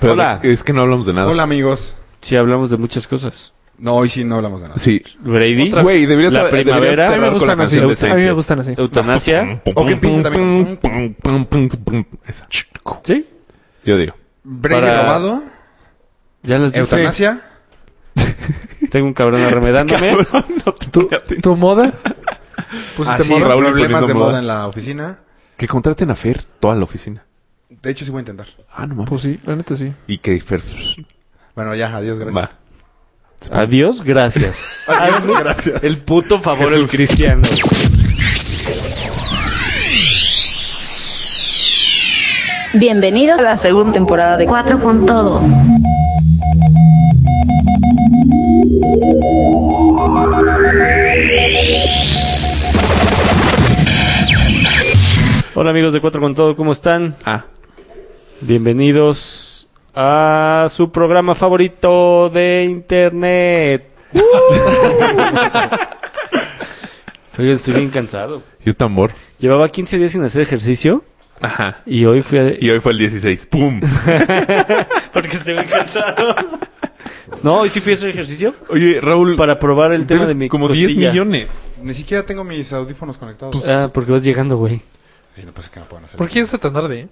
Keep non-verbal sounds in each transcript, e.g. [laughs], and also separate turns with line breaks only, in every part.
Pero
Hola.
Es que no hablamos de nada.
Hola, amigos.
Sí, hablamos de muchas cosas.
No, hoy sí no hablamos de nada.
Sí.
Brady,
Otra- Güey, deberías
la
saber- deberías
primavera,
saber-
a mí me
con la
gustan así,
canción
me
de
gusta-
Saint
A mí me
State.
gustan así.
eutanasia.
O que empiece también.
Esa.
Sí,
Yo digo.
Brady
Para-
robado,
ya las dije.
eutanasia.
Tengo un
[laughs]
cabrón arremedándome. [laughs]
¿Tu, tu moda?
pues, este
Pusiste
Así,
Pues, moda, Raúl
problemas
poniendo
de moda
moda.
en la oficina.
Que contraten a Fer toda la oficina.
De hecho, sí voy a intentar.
Ah, no mames.
Pues sí, la neta sí.
Y que Fer...
Bueno, ya, adiós, gracias.
Va.
Adiós, gracias.
[laughs] Adiós,
Hazme
gracias.
El puto favor el cristiano.
Bienvenidos a la segunda temporada de Cuatro con Todo.
Hola amigos de Cuatro con Todo, ¿cómo están?
Ah.
Bienvenidos a su programa favorito de internet.
¡Uh!
[laughs] Oye, estoy bien cansado.
Y un tambor.
Llevaba 15 días sin hacer ejercicio
Ajá.
y hoy fui a...
Y hoy fue el 16. ¡Pum!
[laughs] Porque estoy bien cansado. [laughs] No, hoy sí fui a hacer ejercicio
Oye, Raúl...
para probar el tema
debes
de mi
como
costilla.
10 millones.
Ni siquiera tengo mis audífonos conectados.
Ah, porque vas llegando, güey.
Ay, no, pues es que no pueden hacer.
Pues, ah, ¿Por qué es tan tarde? eh?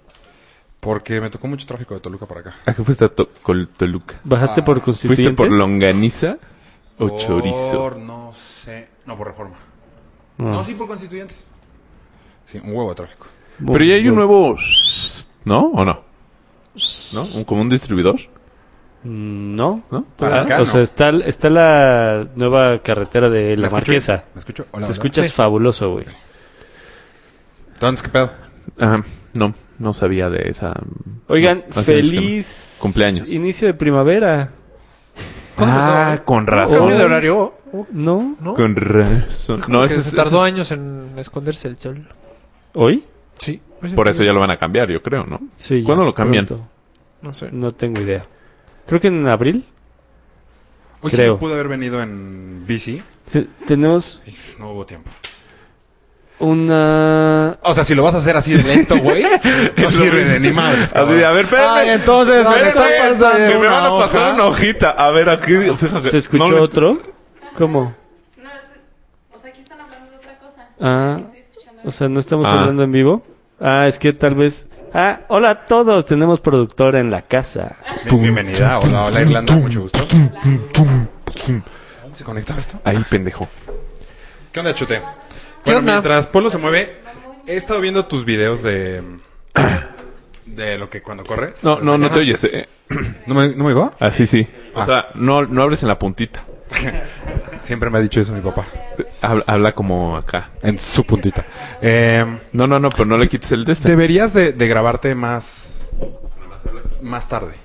Porque me tocó mucho tráfico de Toluca para acá.
¿A qué Ah, fuiste a To- Col- Toluca?
¿Bajaste por
Ah. ¿Fuiste
constituyentes?
por longaniza o chorizo?
Por, no sé. No, por reforma.
No.
No, sí, por constituyentes. Sí, un huevo de tráfico.
Pero ya hay un nuevo... ¿No? ¿O no? ¿No? ¿Un- ¿Como un distribuidor?
No.
¿No?
Para
Ah,
acá,
o sea,
no.
está, está la nueva carretera de La
¿Me escucho?
Marquesa.
¿Me escucho? Hola,
Te
hola.
escuchas fabuloso, güey.
Entonces, ¿qué pedo?
Ajá. ah, No, no sabía de esa...
Oigan,
no, así es que no.
feliz
Cumpleaños.
inicio de primavera.
Ah, con razón.
¿Cambio de horario?
¿No?
¿No?
Con razón.
No,
No, ese es,
se tardó
ese es-
años en esconderse el sol. Pues
¿Hoy?
Sí.
Por eso ya lo van a cambiar, yo creo, ¿no?
Sí. ya,
¿Cuándo lo cambian?
pronto.
No sé.
No tengo idea. Creo que en abril.
Hoy sí
Creo.
me pude haber venido en bici.
Te- tenemos
Y no hubo tiempo.
una...
O sea, si lo vas a hacer así de lento,
[laughs]
güey, no sirve de ni madres.
Así de, a ver, espérame.
Ay, entonces me
Espérate,
está pasando
que me
una
van a pasar
hoja.
una hojita. A ver, aquí, fíjate.
¿Se escuchó
No le-
otro? ¿Cómo?
No, es- o sea, aquí están hablando de otra cosa.
Ah,
Estoy escuchando.
o sea, no estamos
Ah.
hablando en vivo. Ah, es que tal vez... Ah, hola a todos. Tenemos productora en la casa.
Bien- Bienvenida, hola, hola Irlanda, mucho gusto. ¿Se conectaba esto?
Ahí, pendejo.
¿Qué onda, Chute? Bueno,
onda?
mientras Polo se mueve, he estado viendo tus videos de... De lo que cuando corres.
No, no, no te oyes. eh.
¿No me, no me oigo?
Así sí. O
Ah.
sea, no, no hables en la puntita.
Siempre me ha dicho eso mi papá.
Habla, habla como acá.
En su puntita. Eh,
No, no, no, pero no le quites el de este.
deberías de, de grabarte más... Más tarde.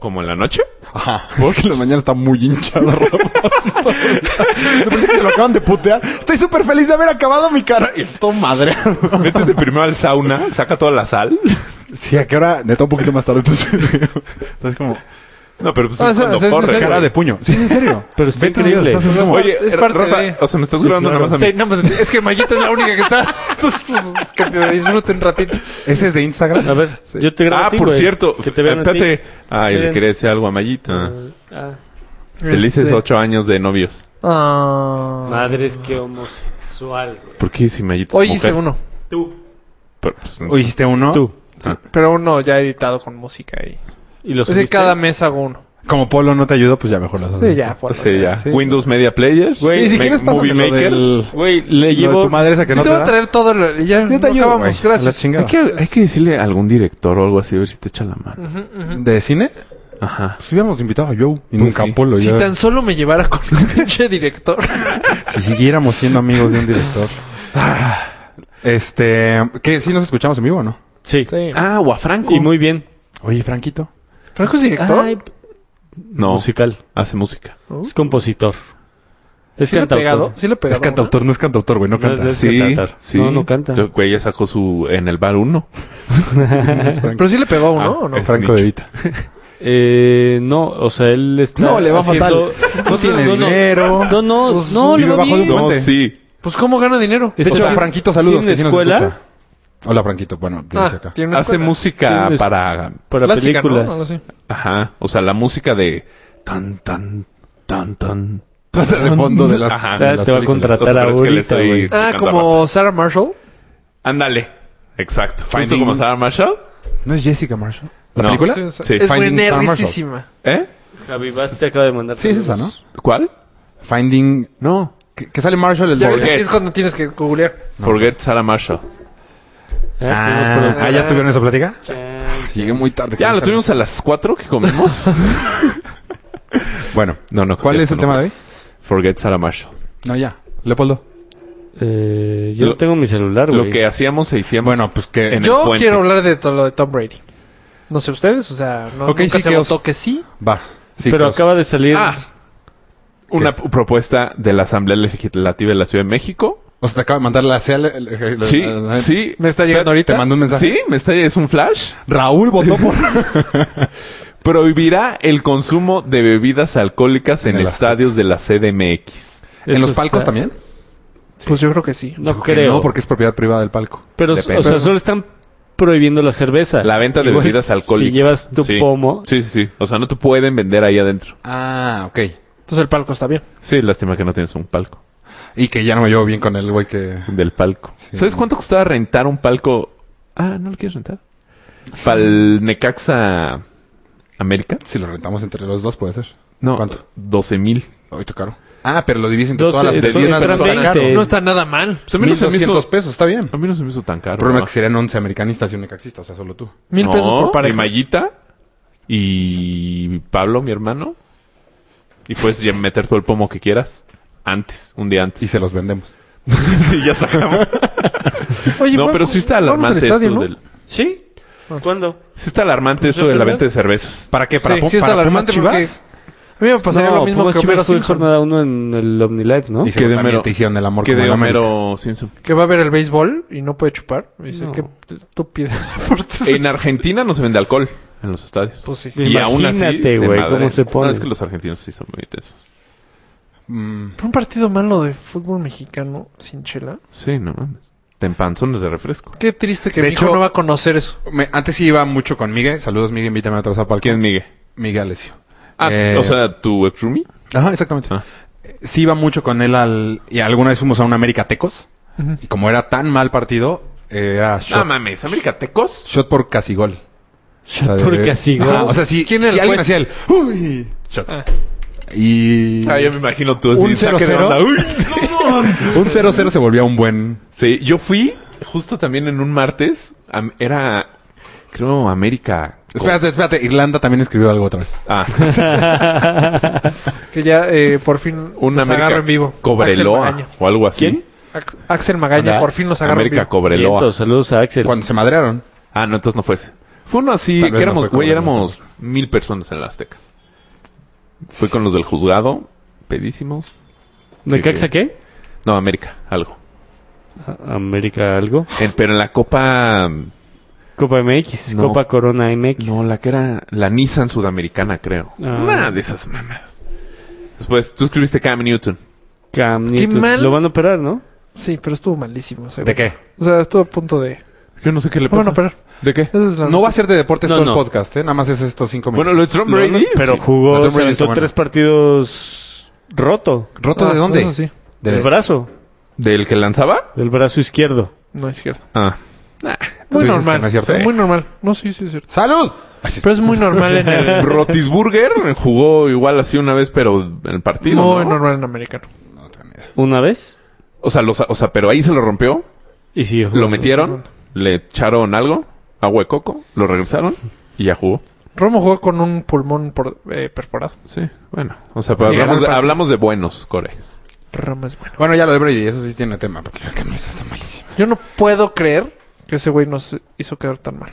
¿Como en la noche?
Ajá. [laughs] Porque la mañana está muy hinchada, [laughs] Rafa. Te parece que se lo acaban de putear. Estoy súper feliz de haber acabado mi cara. Esto madre.
Métete primero al sauna, saca toda la sal.
Sí, a qué hora, neta, un poquito más tarde. Entonces, estás como
No, pero pues es
Ah, eso-
cuando
o sea, eso es
corre,
en
güey.
cara de puño. Sí, en [laughs] serio.
Pero está
Ve tus videos,
increíble.
estás así como- [laughs]
Oye,
Es
R-
parte
Rafa,
de-
o sea, me estás
Sí,
grabando
claro.
nada más a
Sí,
mí.
no, pues, es que Mayita es la única que está. Entonces, pues, que te disfruten un ratito.
ese es de Instagram.
A ver, yo te grabo
Ah,
a ti,
por
güey.
cierto.
Que te vean a ti.
Espérate. Ay, le
Miren.
quería decir algo a Mayita.
Ah,
[laughs] Felices
Este-
ocho años de novios.
Ah.
madres, qué homosexual, güey.
¿Por qué si Mayita es
Hoy
mujer?
hice uno,
Pero, pues,
¿O hiciste uno?
Tú.
ah.
pero uno ya editado con música y.
¿Y los
Es que cada mes hago uno.
Como Polo no te ayudó, pues ya mejor las dos.
Sí, ya, por
Sí, ya.
Sí.
Windows Media Player.
Güey, sí, si
Ma-
quieres pásame
Movie
lo
Maker.
del-
Güey, le
lo de
llevo...
tu madre esa que no
te
te
voy a
da.
traer todo lo. Ya
Yo te
no
ayudo,
acabamos,
güey, a la
gracias.
chingada.
Hay que, hay que decirle a algún director o algo así, a ver si te echa la mano.
Ujú, ujú.
¿De cine?
Ajá.
Pues hubiéramos invitado a Joe y
Pues
nunca
sí.
a Polo.
Si
ya.
tan solo me llevara con un [laughs] pinche director.
Si siguiéramos siendo amigos de un director. Ah, Este, ¿qué? ¿Sí nos escuchamos en vivo o no?
Sí.
Ah, o a Franco.
Y muy bien.
Oye, Franquito.
¿Franco es director?
Ay,
No,
Musical.
hace música.
Es compositor. Es
¿Sí le he
cantautor.
pegado? ¿Sí le he pegado?
Es cantautor, no es cantautor, güey, no
No,
canta.
no es- que cantar. No, no canta.
Yo, Güey, ya sacó su... En el bar uno.
Pero sí le pegó a uno,
Ah,
¿o no?
es-
Franco de Vita.
Eh, no, o sea, él está
No, le va
haciendo-
fatal. No tiene dinero.
No, no,
Pues,
no, le
vive
va
bajo de
bien.
un
No,
puente.
sí.
Pues, ¿cómo gana dinero?
De
O
hecho,
sea,
Franquito, saludos,
¿tiene
que sí nos
escuela?
escucha. Hola, Franquito. Bueno, yo hice acá.
Ah, tiene una
Hace
escuela.
música
Tienes-
para...
Para
Clásica, ¿no?
películas.
Algo así.
Ajá. O sea, la música de... Tan, tan, tan, tan...
O sea, de fondo de las...
Ajá.
Ya
las
te va a
películas.
contratar
Pero es que le
ahorita,
estoy
güey.
Ah,
explicando a
como Sarah Marshall.
Ándale. Exacto. ¿Justo
Finding-
como Sarah Marshall?
¿No es Jessica Marshall? ¿La
No.
película?
Sí, es-
Sí.
Es
Finding Sarah Marshall.
buenerricísima.
¿Eh?
Javi Vaz te acaba de mandar.
Sí, es esa, ¿no?
saludos.
¿Cuál?
Finding...
No.
Que, que sale Marshall el
Ya ves,
qué?
doble.
aquí es cuando tienes que googlear.
Forget Sarah Marshall.
Ah,
Ah, ¿ya tuvieron esa plática?
tuvimos
Llegué muy tarde.
Ya, lo tuvimos a las 4 que comemos.
Bueno.
[laughs] No, no.
¿Cuál es
esto
el
no.
tema de hoy?
Forget Sarah Marshall.
No, ya. Leopoldo.
Eh, yo
Lo-
no tengo mi celular, güey.
Lo que hacíamos e hicimos...
Bueno, pues que...
En el
Yo
puente.
quiero hablar de todo lo de Tom Brady. No sé ustedes, o sea, no,
Ok,
nunca
sí,
se
que os-
votó que sí.
Va. Sí,
Pero
pues,
acaba de salir.
Ah. Una p- propuesta de la Asamblea Legislativa de la Ciudad de México.
O sea, te acaba de mandar la CL... el-
Sí,
el-
sí.
Me está llegando ahorita.
Te mando un mensaje.
Sí, me está, es un flash.
Raúl votó por...
Prohibirá el consumo de bebidas alcohólicas en,
En el
estadios de la CDMX.
¿En
Eso
los palcos
está-
también?
Pues yo creo que sí.
No
Digo que
creo.
No, porque es propiedad privada del palco.
Pero,
Depende.
o sea, solo están prohibiendo la cerveza.
La venta de
Igual
bebidas alcohólicas.
Si llevas tu
Sí.
pomo.
Sí, sí, sí. O sea, no te pueden vender ahí adentro.
Ah, ok.
Entonces el palco está bien.
Sí, lástima que no tienes un palco.
Y que ya no me llevo bien con el güey que...
Del palco.
Sí.
¿Sabes cuánto costaba rentar un palco? Ah, ¿no lo quieres rentar? Para el Necaxa América.
Si lo rentamos entre los dos puede ser.
No,
¿Cuánto?
12 mil.
Hoy está caro. Ah, pero lo divides entre
Doce-
todas las
eso-
personas.
espera,
no está
veinte.
caro.
Eh,
No está nada mal.
O sea, Pues a mí no se me
1200
hizo-
pesos, está bien.
a mí no se me hizo tan caro.
El problema es que serían 11 americanistas y un necaxista, o sea, solo tú.
Mil
No,
pesos por pareja.
Mi mallita y Pablo, mi hermano. Y puedes ya meter todo el pomo que quieras. Antes, un día antes.
Y se los vendemos.
[laughs] sí, ya
[laughs]
sacamos.
Oye,
no,
vamos-
pero sí está
vamos al
alarmante
estadio,
esto
¿no? Pues
del...
¿Sí? ¿Cuándo?
Sí está alarmante esto de la venta de cervezas.
¿Para qué? ¿Para,
Sí,
Pu-
sí está
para Pumas
alarmante porque-
Chivas?
A mí me pasaría
no,
lo mismo
Pumas
que
Chivas
Homero
fue en
Simpson.
jornada 1 en el OmniLife, ¿no?
Y
Que
seguro
de
también
mero-
te hicieron el amor
Que
como
de
en América.
Homero
[laughs]
Simpson.
Que va a ver el béisbol y no puede chupar. Y dice,
No.
qué estúpida. [laughs] deporte es
En Argentina no se vende alcohol en los estadios.
este?" Pues sí.
y aún así
Imagínate,
se
güey,
madrean.
cómo se ponen.
No, es que los argentinos sí son muy tesos.
Mm,
Pero un partido malo de fútbol mexicano sin chela.
Sí, no mames. Te empanzones de refresco.
Qué triste que
De
mi hijo
hecho-
no va a conocer eso.
me- antes sí iba mucho con Miguel. Saludos, Miguel. Invítame a atrasar para
¿Quién es
Miguel?
Miguel?
Miguel Alessio.
Ah,
Eh,
o sea, tu ex roomie.
Ajá, exactamente.
Ah.
Eh, Sí iba mucho con él al... Y alguna vez fuimos a un América Tecos. Y como era tan mal partido, eh, era
No
shot,
mames, América Tecos.
shot por casi gol. O sea, de-
Porque así, güey.
Ajá, O sea, si, ¿Quién
¿Quién era
si
el
alguien
juez?
hacía el... Ah. ¡Uy! Shot. Y...
Ah, yo me imagino tú
Un
así, saque de
0-0.
onda. Uy,
Un 0-0 se volvía un buen...
Sí, yo fui justo también en un martes. am- era, creo, América.
Espérate, espérate. Irlanda también escribió algo otra vez.
Ah,
Que ya eh, por fin
un
los
América
agarro en vivo.
Cobreloa
Axel Magaña.
o algo así.
¿Quién?
Ax- Axel Magaña,
Anda.
por fin los agarro en
América
vivo.
Cobreloa.
Vientos, saludos a Axel.
Cuando se madrearon.
Ah, no, entonces no fue ese. Fue uno así,
Tal vez
que
no
éramos,
fue
güey,
Cobreloa,
éramos mil personas en la Azteca. Fui con los del juzgado, pedísimos.
¿De Caxa qué?
No, América, algo.
A- América algo.
En- pero en la Copa...
Copa MX,
No.
Copa Corona MX.
No, la que era la Nissan Sudamericana, creo.
Ah.
Una de esas mamadas. Después, tú escribiste Cam Newton.
Cam
Qué
Newton.
mal.
Lo van a operar, ¿no?
Sí, pero estuvo malísimo. o sea,
¿De qué?
O sea, estuvo a punto de...
Yo no sé qué le
No
pasa.
van a operar.
¿De qué?
Esa es la
No va a ser de deportes
No,
todo
no.
el podcast, ¿eh? Nada más es estos cinco
Bueno,
minutos.
lo de Trump
Lo-
Brady...
Pero
sí.
jugó,
Tom
se
Brady
aventó
está
tres partidos roto.
¿Roto
Ah,
de dónde?
Eso sí.
De-
Del brazo.
¿Del que lanzaba?
Del brazo izquierdo.
No, es cierto.
Ah. Nah.
Muy
dices que
normal.
no es cierto?
Muy normal. No, sí, sí es cierto.
¡Salud! Ay, sí.
Pero es muy normal
[laughs]
en el...
Rotisburger jugó igual así una vez, pero en el partido,
Muy
¿no?
normal en americano.
Una vez.
O sea, los- o sea, pero ahí se lo rompió,
Y sí, jugó.
lo metieron, le echaron algo, agua de coco, lo regresaron y ya jugó.
Romo jugó con un pulmón por- eh, perforado.
Sí, bueno. O sea, pero
Y ganó el
hablamos, de,
partido.
hablamos de buenos, Core.
Romo es bueno.
Bueno, ya lo de Brady, eso sí tiene tema, porque el camino está malísimo.
Yo no puedo creer que ese güey nos hizo quedar tan mal.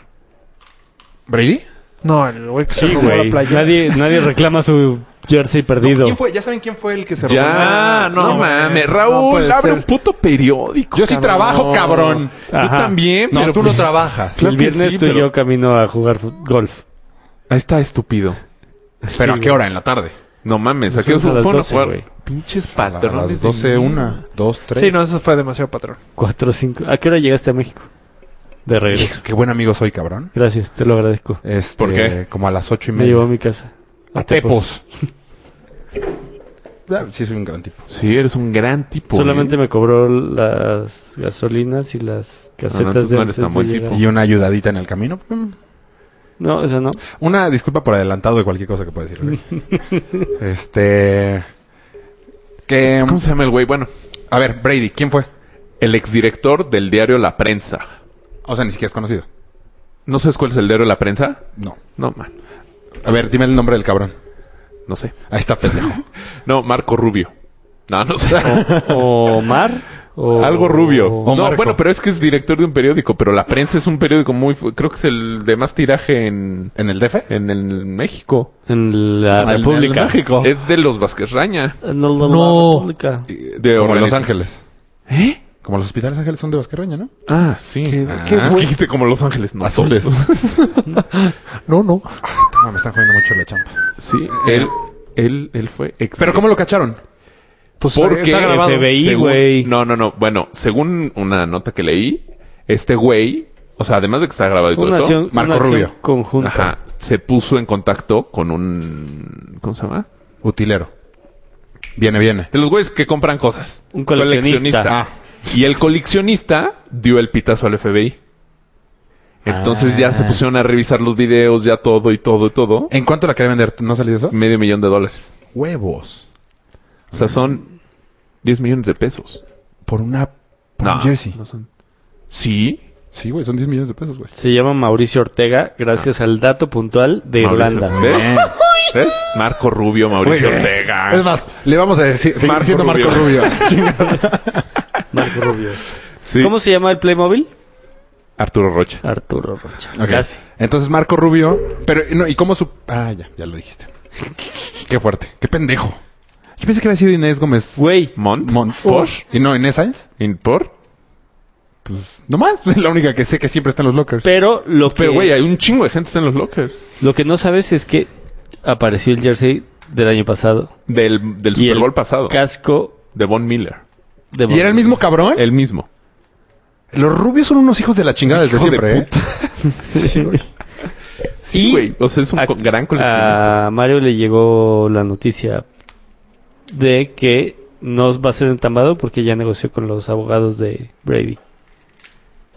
¿Brady?
No, el güey que se
Sí,
robó
güey.
la playa.
Nadie, nadie reclama su jersey perdido.
¿Quién fue? ¿Ya saben quién fue el que se
Ya,
Ah,
no,
no,
mames.
no
Raúl,
puede
abre
ser.
un puto periódico.
Yo sí trabajo, cabrón.
Yo
Ajá.
también.
No,
pero
tú
pues,
no trabajas.
claro
el
que
viernes
sí,
tú
pero-
y yo camino a jugar fut- golf.
Ahí está estúpido.
¿Pero
Sí,
a qué hora? ¿En la tarde?
No mames, aquí
Nos
fue
vemos a
a
las
jugar.
12, güey.
Pinches
A
patrones.
las
de
12,
mierda.
1, 2, 3.
Sí, no, eso fue demasiado patrón.
Cuatro, cinco. ¿A qué hora llegaste a México? de regreso.
Eh, Qué buen amigo soy, cabrón.
Gracias, te lo agradezco.
Este,
¿Por qué?
Como a las ocho y
Me llevó a
media.
mi casa.
A Tepos. [laughs] Ya, sí, soy un gran tipo.
Sí, eres un gran tipo.
Solamente
¿eh?
me cobró las gasolinas y las casetas
entonces
de
Ah, no eres
antes
tan
de
buen
llegar.
tipo.
Y una ayudadita en el camino. Mm.
No,
[laughs]
esa no.
Una disculpa por adelantado de cualquier cosa que pueda decir. güey. [laughs] este. Que,
¿Cómo se llama el güey? Bueno,
a ver, Brady, ¿quién fue?
el exdirector del diario La Prensa.
O sea, ni siquiera es conocido.
¿No sabes cuál es el diario La Prensa?
No.
No, man.
A ver, dime el nombre del cabrón.
No sé.
Ahí está, pendejo. [laughs]
No, Marco Rubio. No, no sé.
O Omar. Oh,
[laughs]
O...
Algo rubio.
O
no,
Marco.
bueno, pero es que es director de un periódico, pero la prensa es un periódico muy... fu- Creo que es el de más tiraje en,
¿En el DF?
en el México.
En la
En el
República.
México.
Es de los Vázquez Raña.
En la-
No.
la- la República.
De
Como Los
organiz-
Ángeles.
¿Eh?
Como los hospitales ángeles son de Vasquerreña, ¿no?
Ah, sí.
qué
Ah, es
bueno.
que dijiste como Los Ángeles, no.
Azules.
No, no.
[laughs] No, me están jodiendo mucho la champa.
Sí, él, él, él fue... ex-
¿Pero cómo lo cacharon?
Pues
Porque
está grabado. FBI,
según-
güey.
No, no, no. Bueno, según una nota que leí, este güey, o sea, además de que está grabado y todo
Una
eso,
acción,
Marco
una acción
Rubio.
conjunta.
ajá, se puso en contacto con un ¿cómo se llama?
Utilero. Viene, viene.
De los güeyes que compran cosas.
Un coleccionista.
Ah.
Y el coleccionista dio el pitazo al FBI. Entonces
Ah.
ya se pusieron a revisar los videos, ya todo y todo y todo.
¿En cuánto la quería vender? ¿No ha salido eso?
Medio millón de dólares.
Huevos.
O sea, son 10 millones de pesos.
Por una... Por un jersey.
no son. Sí.
Sí, güey. Son 10 millones de pesos, güey.
Se llama Mauricio Ortega, gracias al dato puntual de
Ah. Mauricio
Irlanda.
Ortega. ¿Ves? ¿Ves? Marco Rubio, Mauricio
Muy bien.
Ortega.
Es más, le vamos a decir... Seguir
Marco
siendo Ah. Marco Rubio.
Rubio.
[laughs] Chingada.
Marco Rubio.
Sí.
¿Cómo se llama el Playmobil?
Arturo Rocha.
Arturo Rocha.
Ok.
Casi.
Entonces, Marco Rubio... Pero, no, ¿y cómo su...? Ah, ya. Ya
[laughs]
lo dijiste. Qué fuerte. Qué pendejo. Yo pensé que había sido Inés Gómez...
Güey,
Mont.
Mont.
Por.
¿Y no Inés Sainz?
In- por.
No más. Es [laughs] la única que sé que siempre está en los lockers.
pero lo que
Pero, güey, hay un chingo de gente que está en los lockers.
lo que no sabes es que apareció el jersey del año pasado.
Del, del
Y
Super
el
Bowl pasado.
Casco
De Von Miller.
de
¿Y era el mismo cabrón?
Oh. El mismo.
Los rubios son unos hijos de la chingada desde
Hijo de
siempre, ¿eh?
Sí,
Y
güey. O sea, es un
a-
co- gran coleccionista.
A Mario le llegó la noticia de que no va a ser entambado porque ya negoció con los abogados de Brady.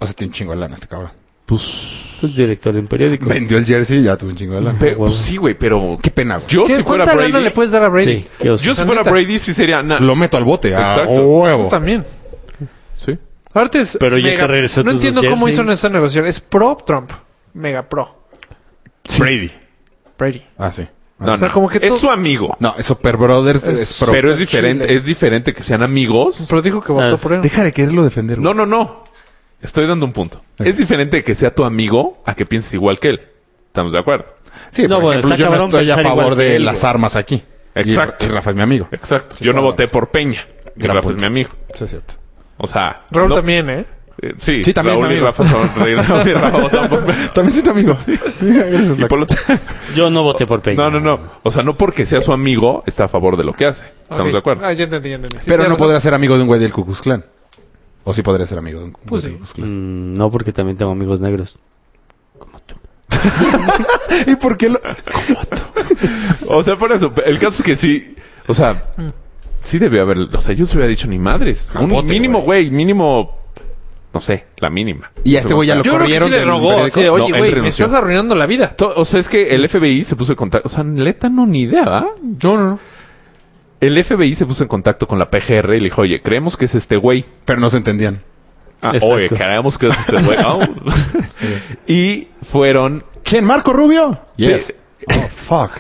O sea, tiene un chingo de lana este cabrón.
Pues,
Es director de un periódico.
Vendió el jersey y ya tuvo un chingo de lana.
Pe-
huevo.
pues sí, güey, pero...
Qué pena, güey.
Yo si fuera
¿Cuánta
Brady...
lana le puedes dar a pues, Brady?
Sí, qué oso.
Yo si fuera
neta.
Brady sí sería... na-
Lo meto al bote. a
Exacto.
huevo.
Yo también. Sí.
Ahorita es
Pero ya te regresó
No
tus
entiendo
dos
cómo
jerseys.
hizo esa negociación. Es pro Trump. Mega pro.
Brady.
Brady.
Ah, sí. Ah,
No,
sí.
sea,
no.
como que
es
tú-
su amigo.
No, es Super Brothers. Es,
Es-
pro.
pero es diferente,
Chile.
es diferente que sean amigos.
Pero dijo que votó
Ah,
por él.
Deja de quererlo defender.
No, no,
güey.
no. Estoy dando un punto.
Ok.
Es diferente que sea tu amigo a que pienses igual que él. ¿Estamos de acuerdo?
Sí,
No,
por
bueno,
ejemplo,
está
yo no
cabrón
estoy a
pensar
favor
igual que
de
él,
las
güey.
armas aquí. Y-
Exacto.
Y, Rafa es mi amigo.
Exacto. Yo no
está
voté por Peña. Y
Gran
Rafa
punto.
es mi amigo.
Sí, es cierto.
O sea...
Raúl
no-
también, ¿eh?
eh, sí.
Sí, también es
Raúl
mi
y
amigo.
Rafa son... Raúl
[laughs]
y Rafa votan por Peña.
También soy tu amigo. [laughs] Gracias,
Y
Black.
por lo tanto-
Yo no voté por Peña.
[laughs] No, no, no. O sea, no porque sea su amigo está a favor de lo que hace. Estamos
Ok.
de acuerdo.
Ah, ya entendí, ya entendí. Sí,
Pero
ya
no
pasó.
podrá ser amigo de un güey del Ku Klux Klan. O sí podría ser amigo de un güey
Pues
del
sí.
Ku Klux Klan.
Mm, no, porque también tengo amigos negros.
¿Y por qué lo...?
O sea, por eso. El caso es que sí. O sea, sí debe haber. O sea, yo se hubiera dicho ni madres.
Ah,
Un
bote,
mínimo, güey. Mínimo. No sé, la mínima.
Y a este güey ya lo
Yo creo que
corrieron
sí le
del
rogó.
periódico.
Así de,
No,
oye,
él
güey, me
renunció.
estás arruinando la vida.
To- O sea, es que el FBI se puso en contacto. O sea, neta, no, ni idea, ¿va?
No, no, no.
El FBI se puso en contacto con la PGR y le dijo, oye, creemos que es este güey.
Pero no se entendían.
Ah,
Exacto.
oye, creemos que es este
[laughs]
güey. Oh. y fueron.
¿Quién? ¿Marco Rubio?
Sí.
Oh, fuck.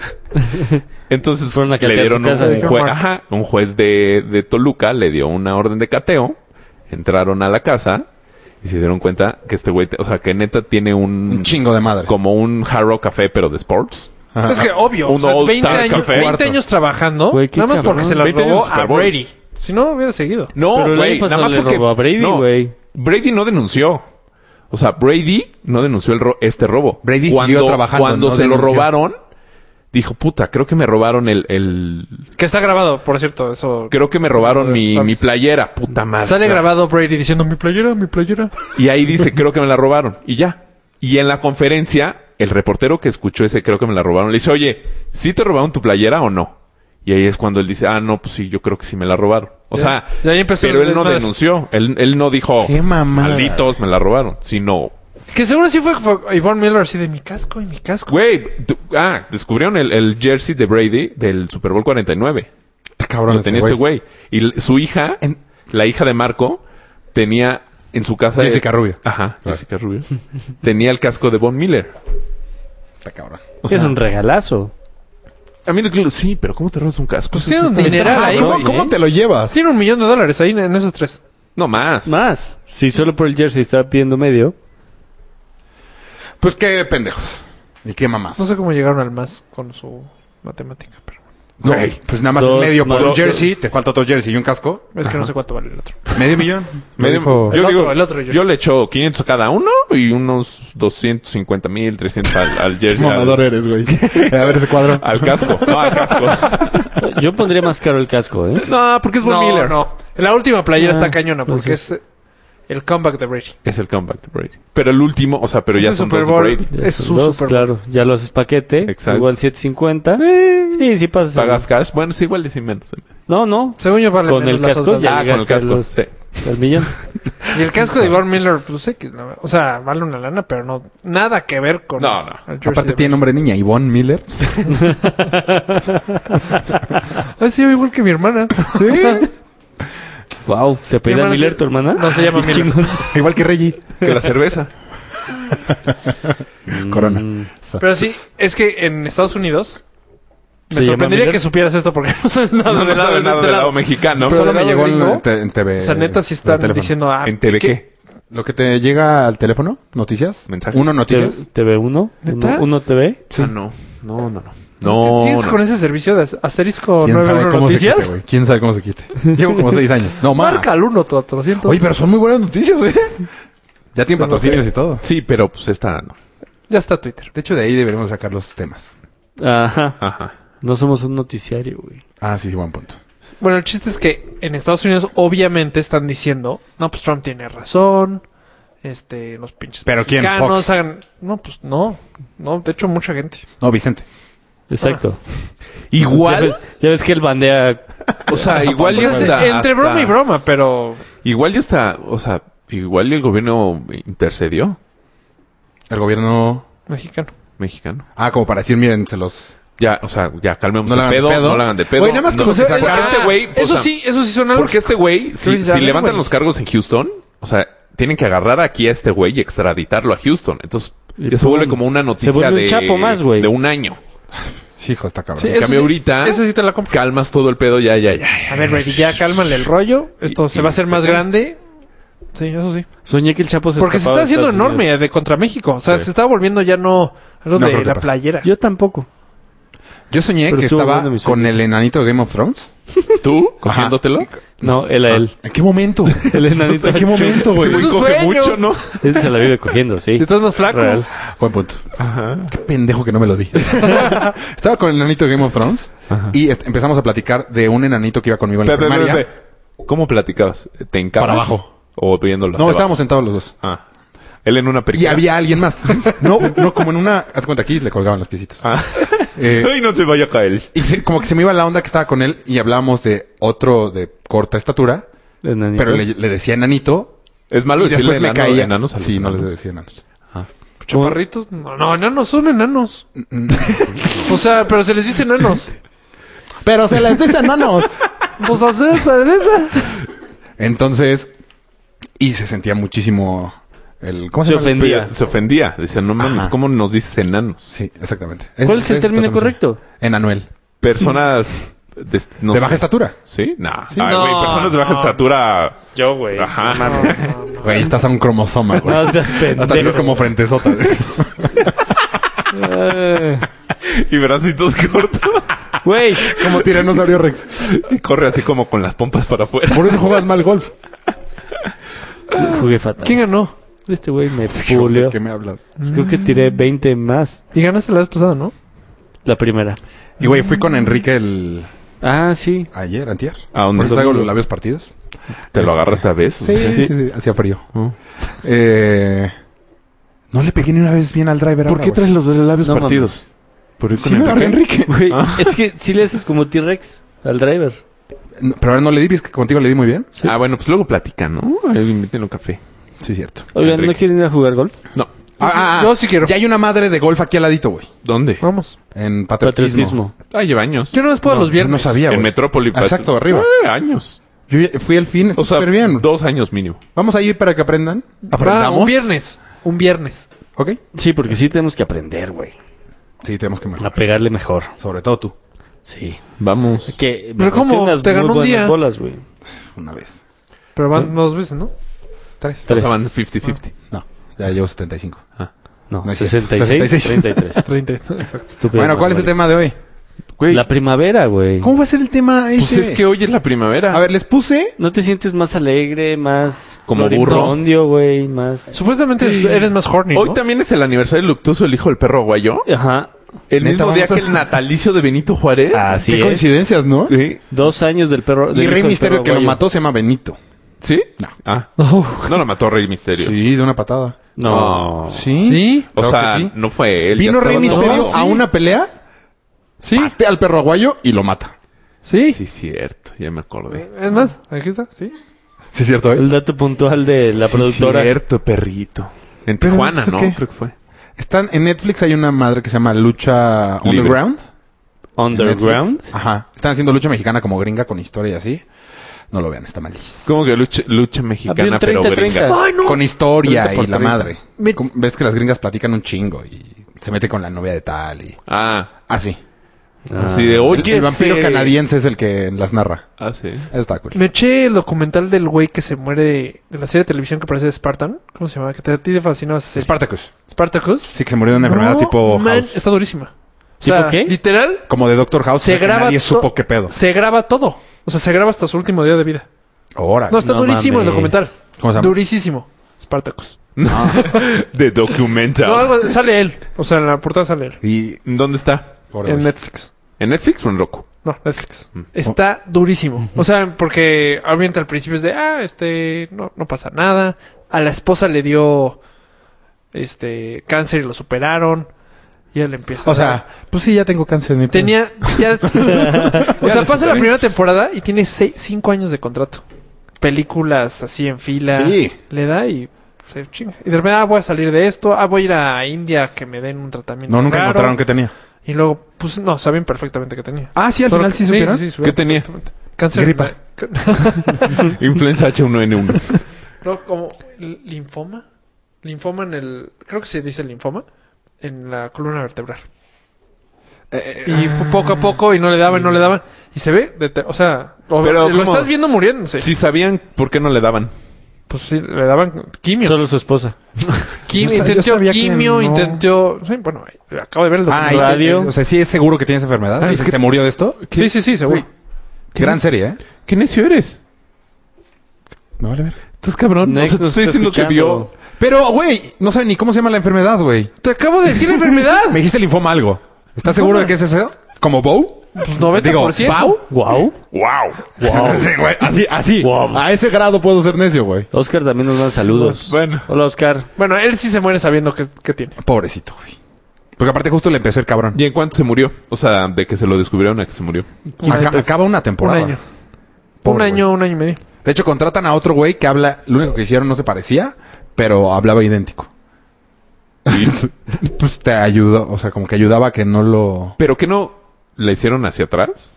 Entonces
Fueron a
le
catear
dieron
su casa,
un,
dijo.
juez, ajá, un juez de, de Toluca le dio una orden de cateo, entraron a la casa y se dieron cuenta que este güey, te- o sea, que neta tiene un,
Un chingo de madre.
Mm. como un Harrow Café pero de sports.
Ajá.
Es que obvio, o
Un
sea,
All
20,
Star
años,
Café.
20 años trabajando,
Güey, qué
nada más porque
cabrón.
se la
20 años
robó
de
a
Super Bowl.
Brady. Si no, hubiera seguido.
No,
Pero el año
güey, nada
pasado
más
le
porque
robó a Brady,
no,
güey.
Brady no denunció. O sea, Brady no denunció el ro- este robo.
Brady siguió trabajando,
Cuando
no
se lo
denunció.
robaron, dijo, puta, creo que me robaron el... el...
Que está grabado, por cierto, eso.
Creo que me robaron mi,
Sabes.
mi playera, puta madre.
Sale grabado Brady diciendo mi playera, mi playera.
Y ahí dice, creo que me la robaron. Y ya. Y en la conferencia, el reportero que escuchó ese, creo que me la robaron, le dice, oye, ¿sí te robaron tu playera o no? Y ahí es cuando él dice, ah, no, pues sí, yo creo que sí me la robaron. O
Ya.
sea,
Y ahí empezó
pero
el
él no
desmadre.
denunció. Él, él no dijo,
Qué mamada.
malditos, me la robaron. Sino,
Que seguro sí fue, fue Yvonne Miller así de mi casco y mi casco.
güey, tú- ah, descubrieron el, el jersey de Brady del Super Bowl 49.
Está cabrón
Lo tenía este güey. Y l- su hija,
En-
la hija de Marco, tenía en su casa...
Jessica Rubio.
Ajá, Jessica Rubio. tenía el casco de Von Miller.
Está cabrón.
es un regalazo.
A mí lo- sí, pero ¿cómo te robas un casco?
Pues
Eso
tiene un
está-
dineral
está-
ahí.
¿cómo-
güey,
cómo
¿eh?
te lo llevas?
Tiene un millón de dólares ahí en, en esos tres.
No, más.
Más. Si solo por el jersey estaba pidiendo medio.
Pues qué pendejos. Y qué mamá.
No sé cómo llegaron al más con su matemática, pero
No,
Güey.
pues nada más
Dos,
medio por
no,
un jersey, te falta otro jersey y un casco.
es que no sé cuánto vale el otro.
Medio millón.
Me dio-
dijo-
yo
El
digo,
otro, el otro,
yo.
yo.
le echo 500 a cada uno y unos 250 mil, 300 al,
[laughs]
al jersey.
Mamador eh.
al,
eres, güey. [laughs] A ver ese
Ah,
cuadro.
al casco. No, al
[laughs]
casco.
Yo pondría más caro el casco, ¿eh?
no, porque es
no, No, la última playera
Ah,
está cañona porque
pues
es el comeback de Brady.
Es el comeback de Brady. Pero el último, o sea, pero
Es
ya
el
son
Super
dos de
Bowl.
Brady.
Ya
Es
son
su
dos,
Super Bowl.
claro. Ya lo haces paquete.
Exacto. Eh,
Igual 750. Sí, sí pasas.
¿Pagas cash? Bueno, sí, igual y sí menos.
No, no.
Según yo vale
Con
menos
el
las
casco
otras
ya.
Ah, con el
llegaste a
casco.
los-
Sí.
El millón.
Y el casco de Yvonne Miller, pues sé que, no- o sea, vale una lana, pero no, nada que ver con.
No, no.
el jersey
Aparte
de
tiene nombre de niña, Yvonne Miller.
Brady. Ah, sí, igual que mi hermana.
wow. ¿Se
Mi
apellida
hermana
Miller
se-
tu hermana?
No se llama
Qué
Miller.
chingón.
[laughs] Igual que Reggie.
Que la cerveza.
Corona.
Mm,
Pero sí, es que en Estados Unidos. Me
¿Se llama
sorprendería
Miller?
que supieras esto porque [laughs] no sabes nada
No, no,
de lado,
sabe
de
nada
este
del lado
lado.
mexicano.
Pero-
Solo me
del
llegó
lado
en,
gringo,
el te- en TV.
O sea, neta,
eh,
sí están
por teléfono.
diciendo. Ah,
¿En tele qué?
Lo que te llega al teléfono, noticias.
Mensaje.
Uno,
T-
noticias.
TV1.
¿Neta?
Uno, uno TV.
Ah, no. No, no, no. No,
¿Sigues
no.
con ese servicio de as- asterisco
¿Quién
9
sabe
euro
cómo se
noticias?
quite, güey? ¿Quién sabe cómo se quite? [laughs] Llevo como seis años. No, más.
Marca al 1, 400.
Oye, pero son muy buenas noticias, ¿eh? Ya tienen patrocinios y todo.
Sí, pero pues está... No.
Ya está Twitter.
De hecho, de ahí deberíamos sacar los temas.
Ajá.
Ajá.
No somos un noticiario, güey.
Ah, sí, buen punto.
Bueno, el chiste es que en Estados Unidos obviamente están diciendo, no, pues Trump tiene razón, este, los pinches
¿Pero quién?
mexicanos
¿Fox?
hagan... No, pues no, no, de hecho mucha gente.
No, Vicente.
Exacto. Ya
Igual...
ves, ya ves que él bandea.
O sea, igual...
O sea,
ya
se-
está
entre broma y
hasta-
broma, pero...
Igual ya está, o sea, igual el gobierno intercedió
El gobierno.
Mexicano.
mexicano.
Ah, como para decir, miren, se los.
Ya, o sea, ya calmemos
No le
el
hagan de
pedo,
pedo.
no le hagan de pedo.
Güey, nada más
No,
como si
porque
sacara-
este güey,
ah, eso
o sea,
sí, eso sí suena algo.
Porque este güey,
Sí,
si,
sí,
si
sabe,
levantan
güey.
los cargos en Houston, o sea, tienen que agarrar aquí a este güey y extraditarlo a Houston. Entonces,
Y
ya se vuelve
pum.
como una
Se
noticia
vuelve un
de,
chapo más, güey.
de un año.
Hijo, está cabrón.
Sí,
En
eso
cambio,
sí-
ahorita
eso sí te la compro.
calmas todo el pedo, ya, ya, ya.
A ver, Brady, ya cálmale el rollo, esto
Y-
se
y
va a hacer
se
más
calma.
grande. Sí, eso sí.
Soñé que el Chapo se
Porque se
escapaba
está
de
haciendo
Estados
enorme
Unidos.
de contra México. O sea,
Sí.
se está volviendo ya no algo
No creo
de
que
la
pase.
playera.
Yo tampoco.
Yo soñé
Pero
que
estuvo
estaba
bueno mi sueño.
con el enanito de Game of Thrones.
¿Tú cogiéndotelo?
No, él a él.
¿En
[laughs]
qué momento?
El enanito.
¿En qué momento, güey?
Ese
Pues es
güey
un
coge
sueño.
mucho, ¿no?
Ese se la vive cogiendo,
[laughs]
sí.
Y estás más flaco.
Real.
Buen punto. Qué pendejo que no me lo di.
[laughs]
Estaba con el enanito de Game of Thrones y est- empezamos a platicar de un enanito que iba conmigo en la
Espera, espera,
primaria.
espera. ¿Cómo platicabas? ¿Te encapas?
Para abajo.
¿O viéndolo?
No,
hacia
estábamos sentados los dos.
abajo? Ah. Él en una
Y
periquera.
había alguien
[laughs]
más. No, no, como en una. Haz cuenta, aquí le colgaban los piecitos.
Ah.
[laughs] Eh,
Ay, no se vaya a caer.
y se- como que se me iba la onda que estaba con él y hablábamos de otro de corta estatura,
El enanito.
pero le, le decía enanito.
Es malo
y
decirle
después me
enano,
caía.
enanos a los
sí, no les
enanos.
decía enanos.
Chaparritos. No, no, enanos son enanos.
Mm,
o sea, pero se les dice enanos.
Pero se les dice enanos.
Pues hacer esta de esa.
Entonces, y se sentía muchísimo el... ¿Cómo se,
Se
llama?
ofendía.
Pero Se ofendía. Decía, no mames,
Ajá.
¿cómo nos dices enanos?
Sí, exactamente.
¿Cuál es el término correcto?
Enanuel.
Personas de, no
de
sé.
baja estatura.
¿Sí? Nah.
Sí.
Ay, güey,
No,
personas de baja
no.
estatura.
Yo, güey.
Ah.
Ajá.
Güey, estás a un cromosoma, güey.
No seas
Hasta tienes
pendejo.
como frentesota. güey.
Eh,
[laughs] y bracitos cortos.
Güey.
como tiranosaurio rex.
y corre así como con las pompas para afuera.
Por eso juegas mal golf.
Jugué fatal.
¿Quién ganó?
Este güey me
Yo sé
pulió.
¿Qué me hablas?
Creo que tiré 20 más.
Y ganaste la vez pasada, ¿no?
La primera.
Y güey, fui con Enrique el
Ah, sí.
ayer, antier.
¿A dónde?
Por eso Ah, traigo los labios partidos.
¿Te lo agarras esta vez?
[laughs] sí, sí, hacía frío.
Oh.
Eh, no le pegué ni una vez bien al driver.
¿Por
ahora,
qué
güey.
traes los de labios
No
partidos? ¿Por ir
Sí
con
me agarré a
Enrique?
Enrique.
Güey,
Ah.
es que si le haces como T-Rex al driver.
No, pero ahora no le di, es que contigo le di muy bien.
Ah, bueno, pues luego platican, ¿no? Ahí Inviten un café.
Sí, cierto.
Oigan,
Enrique.
¿no quieren ir a jugar golf?
No.
sí- yo sí quiero.
Ah, Ya hay una madre de golf aquí al ladito, güey.
¿Dónde?
Vamos.
En patriotismo.
Patriotismo.
Ah, lleva años.
Yo no les puedo
No,
los viernes.
yo no sabía,
en
güey.
Metrópoli. Pat-
Exacto, arriba.
Ah, años.
Yo ya fui el fin, está
O sea,
súper bien.
dos años mínimo.
Vamos a ir para que aprendan.
Va, un
Aprendamos.
viernes. Un viernes.
Ok.
Sí, porque sí tenemos que aprender, güey.
Sí, tenemos que
A
mejorar.
pegarle mejor.
Sobre todo tú,
Sí.
Vamos.
Que
Pero ¿cómo? Te ganó un día.
bolas, güey.
una vez.
Pero van dos veces, ¿no?
Tres.
O
Tres.
sea, van 50-50.
No, ya llevo 75.
No,
No es cierto.
66,
66.
33.
30. Exacto.
[laughs] Estúpido,
bueno, ¿cuál es el
barbaridad.
tema de hoy?
Güey,
La primavera, güey.
¿Cómo va a ser el tema
pues
ese?
es que hoy es la primavera.
A ver, les puse...
¿No te sientes más alegre, más...
Como burro.
floribundio, güey, más...
[laughs] Supuestamente eres más horny, ¿no?
Hoy también es el aniversario luctuoso del hijo del perro guayo.
Ajá.
El
Neta,
mismo día
vamos a-
que el natalicio de Benito Juárez.
Así
Qué
es.
coincidencias, ¿no?
¿Sí?
Dos años del perro...
Y
del
Rey
hijo del
Misterio
perro
que lo
guayo.
mató se llama Benito.
¿Sí?
No.
Ah. No lo mató Rey Misterio.
Sí, de una patada.
No.
No.
Sí.
Sí.
O
Claro
sea,
que sí.
no fue él. ya
Vino Rey
estaba-
Misterio
No,
a una pelea,
Sí.
patea al perro aguayo y lo mata.
Sí.
Sí, cierto. Ya me acordé.
Es más, aquí está. Sí.
Sí, es cierto, ¿eh?
El dato puntual de la productora.
cierto, perrito. En
Pero
Tijuana,
¿eso
¿no?
qué?
Creo que fue.
Están en Netflix hay una madre que se llama Lucha
Libre.
Underground. en
Underground.
Netflix. Ajá. Están haciendo lucha mexicana como gringa con historia y así. No lo vean, está malísimo.
Como que lucha, lucha mexicana,
Había un
pero
30-30.
gringa.
¡Ay, no!
Con historia
30 por
y la
30.
madre.
Me-
Como- Ves que las gringas platican un chingo y se mete con la novia de tal y
Ah,
así.
así de oye.
el, el vampiro
ese-
canadiense es el que las narra.
Ah, sí.
Eso está cool.
Me eché el documental del güey que se muere de, de la serie de televisión que parece de Spartan. ¿Cómo se llama? Que te, a ti te fascinó esa serie.
Spartacus.
Spartacus.
Sí, que se murió de una enfermedad
No,
tipo
man,
House.
Está durísima. O
¿Tipo
sea,
qué?
literal,
Como de Doctor House.
se
que
graba.
Nadie
to-
supo qué pedo.
Se graba todo. O sea, se graba hasta su último día de vida.
Ahora.
No, está
No
durísimo el
mames.
documental.
¿Cómo se llama?
Durísimo. Spartacus.
[laughs] De documental.
No, algo- sale él. O sea, en la portada sale él.
Y...
¿Dónde está?
pobre
En
güey.
Netflix.
¿En Netflix o en Roku?
No, Netflix.
Mm.
Está durísimo. O sea, porque obviamente al principio es de, ah, este, no, no pasa nada. A la esposa le dio, este, cáncer y lo superaron. Y él empieza.
O sea, pues sí, ya tengo cáncer en mi piel.
tenía,
[laughs]
ya, o sea, pasa la primera temporada y tiene seis, cinco años de contrato. Películas así en fila.
Sí.
Le da y se chinga. Y de repente, ah, voy a salir de esto. Ah, voy a ir a India a que me den un tratamiento.
No, nunca
raro.
encontraron qué tenía.
Y luego, pues no, sabían perfectamente que tenía.
Ah, sí, al
Solo
final
que-
sí supieron.
sí, supieron
¿Qué tenía?
perfectamente. Cáncer.
Gripa. [laughs]
Influenza [laughs] H1N1.
No, como l- linfoma. Linfoma en el. Creo que se dice linfoma. En la columna vertebral.
Eh,
y
ah.
fu- poco a poco, y no le daba, y no le daba. Y se ve, de te- o sea, lo,
Pero,
lo
¿cómo?
estás viendo muriéndose.
Si sabían por qué no le daban.
Pues sí, le daban quimio.
Solo su esposa.
[laughs]
[laughs] Yo sa-
Quimio,
yo
intentó
sabía que
quimio,
no.
intentó. sí, bueno, eh, acabo de ver el
Ah,
documental.
y-
Radio.
O sea, sí es seguro que tienes enfermedad.
Ah,
¿Y
es
si
que-
se murió de esto?
sí, sí, sí, seguro.
Gran serie, ¿eh?
¿Qué necio eres?
No vale ver.
Estás cabrón.
Next
o sea, te
nos
estoy
está
diciendo que vio.
escuchando.
Pero, güey, no saben ni cómo se llama la enfermedad, güey.
Te acabo de decir la enfermedad.
[laughs] Me dijiste linfoma algo. ¿Estás seguro de que es eso? ¿Como Bow?
Pues 90%.
Digo, ¿Bow?
Wow.
¡Wow!
[laughs] Sí, güey. Así, así.
Wow.
A ese grado puedo ser necio, güey.
Oscar también nos dan saludos.
Bueno.
Hola, Oscar.
Bueno, él sí se muere sabiendo que, que tiene.
Pobrecito, güey. Porque aparte justo le empezó el cabrón.
¿Y en cuánto se murió? O sea, de que se lo descubrieron a que se murió.
Aca- acaba una
Un
temporada.
año. un
Pobre
año, un año y medio.
De hecho, contratan a otro güey que habla... Lo único que hicieron no se parecía, pero hablaba idéntico. Pues te ayudó. O sea, como que ayudaba a que no lo...
¿Pero que no le hicieron hacia atrás?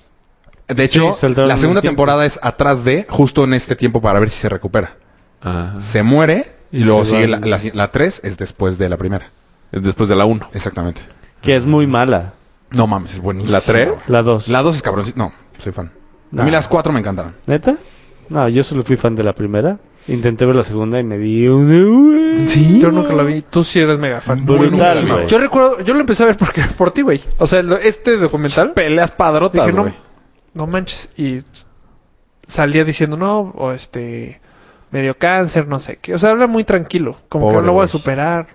De hecho,
saltaron
la
el
segunda
tiempo.
temporada es atrás de, justo en este tiempo para ver si se recupera.
Ah,
Se muere y,
Y
luego
se
sigue la,
van.
la, la tres es después de la primera.
Eh, después de la 1.
Exactamente.
Que es muy mala.
No mames, es buenísimo.
¿La tres?
La dos.
La dos es cabroncito. No, soy fan. A
Nah.
mí las cuatro me encantaron.
¿Neta? No, yo solo fui fan de la primera. Intenté ver la segunda y me di un...
Yo nunca la vi. Tú sí eres mega fan.
Brutal,
Buenísima,
güey.
Yo recuerdo, yo lo empecé a ver porque, por ti, güey. O sea, lo- este documental,
Peleas padrotas,
Dije, no.
güey.
no manches. Y salía diciendo, no, o este, medio cáncer, no sé qué. O sea, habla muy tranquilo. Como
Pobre
que lo voy
güey.
a superar.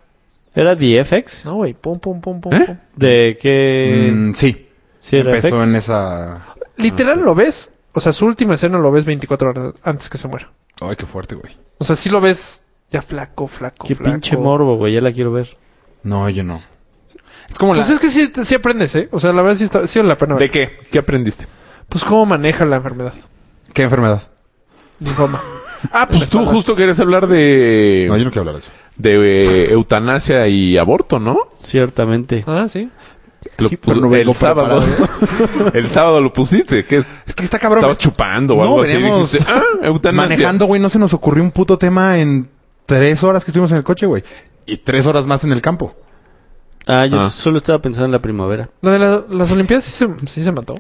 ¿Era DFX?
No, güey, pum, pum, pum, pum.
¿Eh?
pum.
¿De qué?
Mm, sí.
sí, era
Empezó
FX.
en esa... Ah,
Literal lo ves. O sea, su última escena lo ves 24 horas antes que se muera.
Ay, qué fuerte, güey.
O sea, sí lo ves ya flaco, flaco,
Qué
flaco.
pinche morbo, güey. Ya la quiero ver.
No, yo no. Es como
Pues
la...
es que sí, sí aprendes, ¿eh? O sea, la verdad sí, está, sí vale la pena ver.
¿De qué? ¿Qué aprendiste?
Pues cómo maneja la enfermedad.
¿Qué enfermedad?
Linfoma.
Ah, [laughs] pues tú
espalda.
justo querías hablar de,
No, yo no quiero hablar de eso.
de eh, eutanasia y aborto, ¿no?
Ciertamente.
[laughs] Ah, sí.
Lo
Sí,
pu-
pero no vengo
el sábado. [laughs] el sábado lo pusiste. ¿Qué?
Es que está cabrón.
Estabas chupando o
No,
algo así. y
veremos.
dijiste, ah, eutanasia.
Manejando, güey, no se nos ocurrió un puto tema en tres horas que estuvimos en el coche, güey. Y tres horas más en el campo.
Ah, yo
Ah.
solo estaba pensando en la primavera.
Lo de la- las Olimpiadas sí se, sí se mató.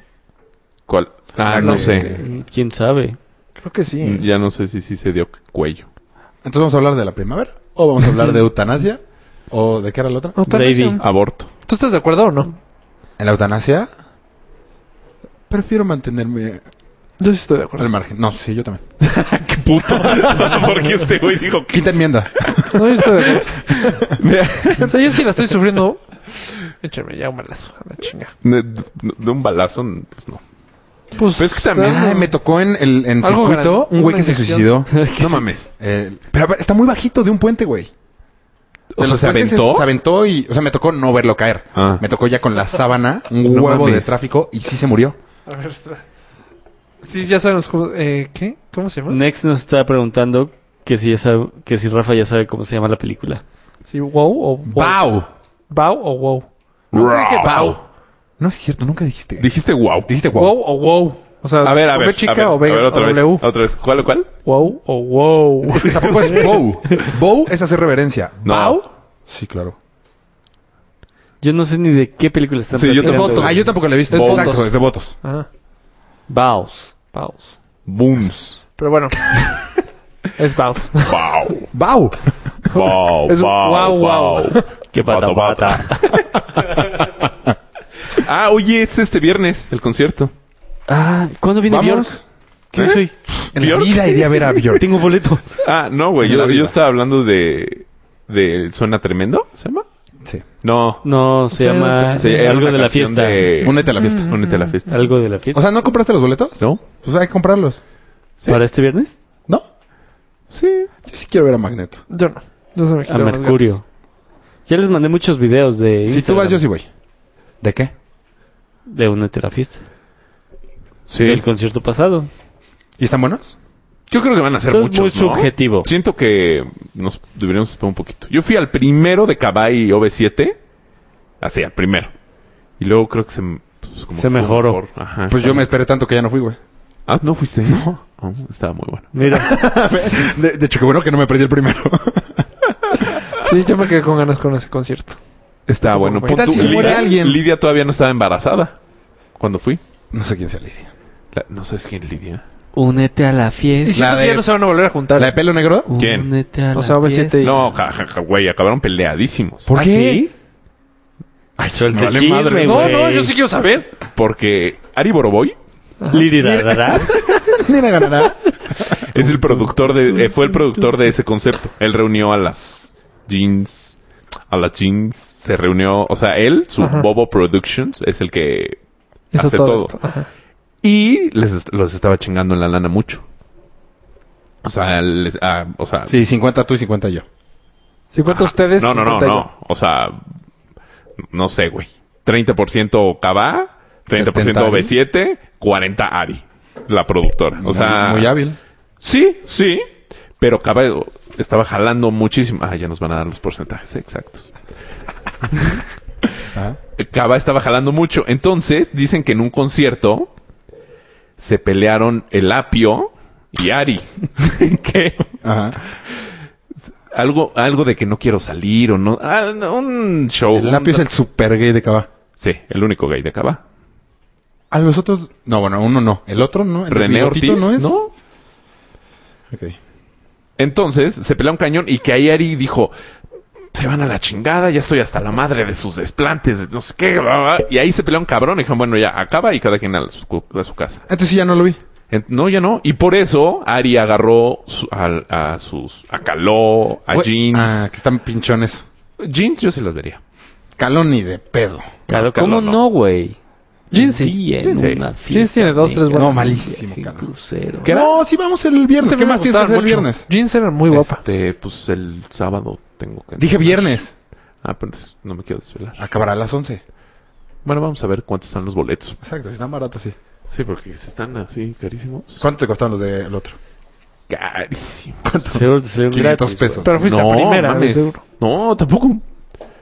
¿Cuál? Ah,
La
no
de-
sé.
¿Quién sabe?
Creo que sí.
Mm, Ya no sé si sí se dio cuello.
Entonces vamos a hablar de la primavera. O vamos a hablar [laughs] de eutanasia. ¿O de qué era la otra?
Eutanasia.
Brady.
[laughs]
Aborto.
¿Tú estás de acuerdo o no?
En la eutanasia. Prefiero mantenerme
Yo sí estoy de acuerdo.
al margen. No, sí, yo también.
¡Qué puto! [laughs] Porque este güey dijo que...
Quinta enmienda.
No, yo estoy
[laughs]
de acuerdo. o sea, yo sí la estoy sufriendo. Échame ya un balazo. A la chinga.
De, de un balazo, pues no.
Pues,
Pero es que también-
está-
Ay, me tocó en el en
Algo
circuito
grande.
un güey
Una
que se
inyección.
suicidó. [laughs]
No mames.
Eh, pero a ver, está muy bajito de un puente, güey.
O
De
sea,
los
¿se
puentes
aventó?
Se aventó y, o sea, me tocó no verlo caer.
Ah.
Me tocó ya con la sábana, un
No
huevo de
mames.
tráfico y sí se murió.
A ver, espera. Sí, ya sabemos cómo... Eh, ¿Qué? ¿Cómo se llama?
Next nos está preguntando que si, ya sabe- que si Rafa ya sabe cómo se llama la película.
Sí, wow o wow.
¡Wow!
Bau o wow.
Wow.
No es cierto, nunca dijiste.
Dijiste wow.
Dijiste
Wow.
wow.
o wow. O sea,
A ver, a
o
ver.
B
a
chica
ver,
o B
a ver, otra
o
vez.
W.
Otra vez. ¿Cuál, cuál?
Wow o wow.
Es que tampoco es [laughs] wow. Bow es hacer reverencia.
No.
Bow. Sí, claro.
Yo no sé ni de qué película están
Sí, yo
platicando,
tampoco.
güey.
Ah, yo tampoco lo he visto.
Es votos.
Exacto, es de votos.
Ajá.
Baos.
Baus.
[laughs]
Booms.
Pero
[laughs]
bueno. es Baus.
Wow.
Bow.
Wow.
Es
wow,
wow, wow.
wow.
Qué pata, pata.
[laughs] ah, oye, es este viernes el concierto.
Ah, ¿cuándo viene
Vamos.
Bjork? ¿Quién soy?
En la
¿Bjork?
vida iría a ver a Bjork.
Tengo boleto.
Ah, no, güey.
En la
Yo, yo
vida.
estaba hablando de... de ¿Suena tremendo? ¿Se llama?
Sí.
No.
No, se
O sea,
llama
Sí, era
algo
una
de la
canción
fiesta. Mm,
de- Mm,
Únete a la fiesta.
Únete a la fiesta.
Algo de la fiesta.
[laughs] O sea, ¿no compraste los boletos?
¿No?
Pues hay que comprarlos.
sí.
¿Para este viernes?
¿No?
Sí.
Yo sí quiero ver a Magneto.
Yo no. Yo se me
A
quitaron las
Mercurio. Ya les mandé muchos videos de
Si tú
Instagram
vas, yo sí voy. ¿De qué?
De Únete a la fiesta.
Sí.
Del concierto pasado.
¿Y están buenos?
Yo creo que van a ser
Todo es
muchos,
muy
¿no?
subjetivo.
Siento que nos deberíamos esperar un poquito. Yo fui al primero de Kabay OV7. Así, al primero. Y luego creo que se... pues, como
Se
que estuvo
mejoró.
mejor. Ajá,
Pues
está
yo me
bien.
esperé tanto que ya no fui, güey.
Ah, ¿no fuiste? [laughs] No. estaba muy bueno.
Mira,
[laughs] De, de hecho, qué bueno que no me perdí el primero.
ganas. Sí, yo me quedé con ganas con ese concierto.
Estaba bueno.
¿Qué
Pon
tal
tú-
si se muere
Lidia-
alguien?
Lidia todavía no estaba embarazada. Cuando fui.
[laughs] No sé quién sea Lidia.
La- no sé quién es Lidia.
Únete a la
Y
fiesta.
siento
de-
que ya no se van a volver a juntar.
¿La de pelo negro? [laughs]
¿Quién?
Únete a la
O sea, OV7
fiesta.
y-
No, ja, ja, ja, güey. Acabaron peleadísimos.
¿Por
¿Ah,
qué?
sí?
Ay,
Suelta
me vale
el chisme, güey.
madre.
no, no, yo sí quiero saber.
Porque Ari Boroboy
Lirirarará.
Nena ganará.
es el productor de... eh, fue el productor de ese concepto. Él reunió a las jeans... A las jeans. Se reunió... O sea, él, su
Ajá.
Bobo Productions, es el que
Eso
hace
todo,
todo.
esto. Ajá.
Y les est- los estaba chingando en la lana mucho. O sea, les- ah, o sea,
Sí, 50 tú y 50 yo.
50 ustedes.
no, no, no,
50 yo.
no. O sea, no sé, güey. 30% Cabá, 30%
70 Ari.
OV7, 40 Ari, la productora. O
Muy-
sea,
Muy hábil.
sí, sí. Pero Cabá estaba jalando muchísimo. Ah, ya nos van a dar los porcentajes exactos.
Ah.
Cabá estaba jalando mucho. Entonces, dicen que en un concierto se pelearon el Apio y Ari. [laughs] ¿Qué?
Ajá.
Algo, algo de que no quiero salir o no. Ah, no, un show.
El lápiz es
Un-
el super gay de Cava.
Sí, el único gay de Cabá.
A Ah, los otros... No, bueno, uno no. El otro no. El
René
bigotito
Ortiz,
no es.
¿no?
Ok.
Entonces, se pelea un cañón y que ahí Ari dijo, se van a la chingada, ya estoy hasta la madre de sus desplantes, de no sé qué, bla, bla, bla". y ahí se pelea un cabrón y dijeron, bueno, ya acaba y cada quien a su, cu- a su casa.
Entonces sí, ya no lo vi.
En- no, ya no. Y por eso Ari agarró su- al- a, sus, a Caló, a
Güey,
Jeans.
Ah, que están pinchones.
ah, Jeans yo sí las vería.
Calón ni de pedo.
Claro, ¿cómo
Carlos, no.
no, güey?
Jeans sí.
Sí, en
Jeans sí.
una fiesta,
Jeans tiene dos, tres
amiga,
buenas.
un
No, malísimo,
viaje,
cabrón.
un crucero.
¿Qué? Pues,
No, sí vamos el viernes.
Porque
¿Qué más tienes que hacer el viernes?
Jeans eran muy guapas.
Este, pues el sábado tengo que...
Dije viernes.
Ah, pero es- no me quiero desvelar.
Acabará a las 11.
Bueno, vamos a ver cuántos están los boletos.
Exacto, si están baratos, sí.
Sí, porque si están así carísimos.
¿Cuánto te costaron los del otro?
Carísimos.
Seguro te salieron
500
gratis, güey.
pesos.
Pero fuiste a primera, de seguro.
No, tampoco.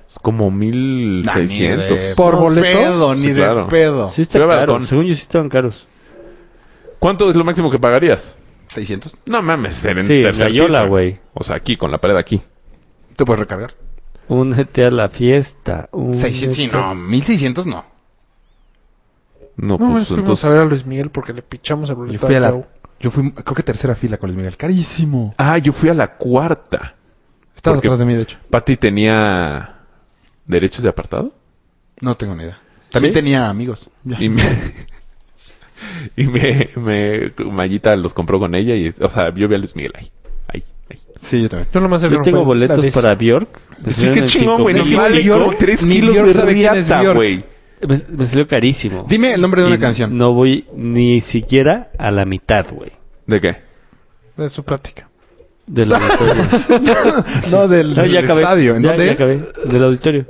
Es como
Nah, ni de
1600.
¿Por boleto?
Pedo, ni
Sí, claro.
de pedo.
Sí está
Yo iba al
caro.
con-
Según yo sí estaban caros.
¿Cuánto es lo máximo que pagarías?
600.
No mames, en
Sí, en
tercer
la Yola,
piso.
güey.
O sea, aquí, con la pared aquí.
¿Te puedes recargar?
Únete a la fiesta. únete-
600, sí, no. 1600 no.
No,
No,
pues
nos fuimos
entonces...
a ver a Luis Miguel porque le pichamos el boleto.
Yo fui a
al
la...
Clau.
Yo fui, creo que tercera fila con Luis Miguel. Carísimo.
Ah, yo fui a la cuarta.
Estabas
Porque-
atrás de mí, de hecho.
Pati tenía derechos de apartado.
No tengo ni idea. También
¿Sí?
tenía amigos.
Y me... [laughs] Y me, me- Mayita los compró con ella y, o sea, yo vi a Luis Miguel ahí. Ahí, ahí.
Sí, yo también.
Yo lo más
Yo
cercano
tengo
fue la
boletos
Liz.
para Bjork. Me
Sí,
salieron
qué
Pues en
chingón,
cinco
güey.
mil.
No
Ni
vale
Bjork-
como 3
ni
kilos
Bjork
de
sabe quién es
riata,
Bjork.
güey.
Me, me salió carísimo.
Dime el nombre de
Y
una canción.
No voy ni siquiera a la mitad, güey.
¿De qué?
De
[laughs]
su plática.
[laughs]
Del auditorio.
No, del,
No, ya
del
acabé.
estadio. ¿En
Ya-
dónde
ya
es?
acabé. Del auditorio.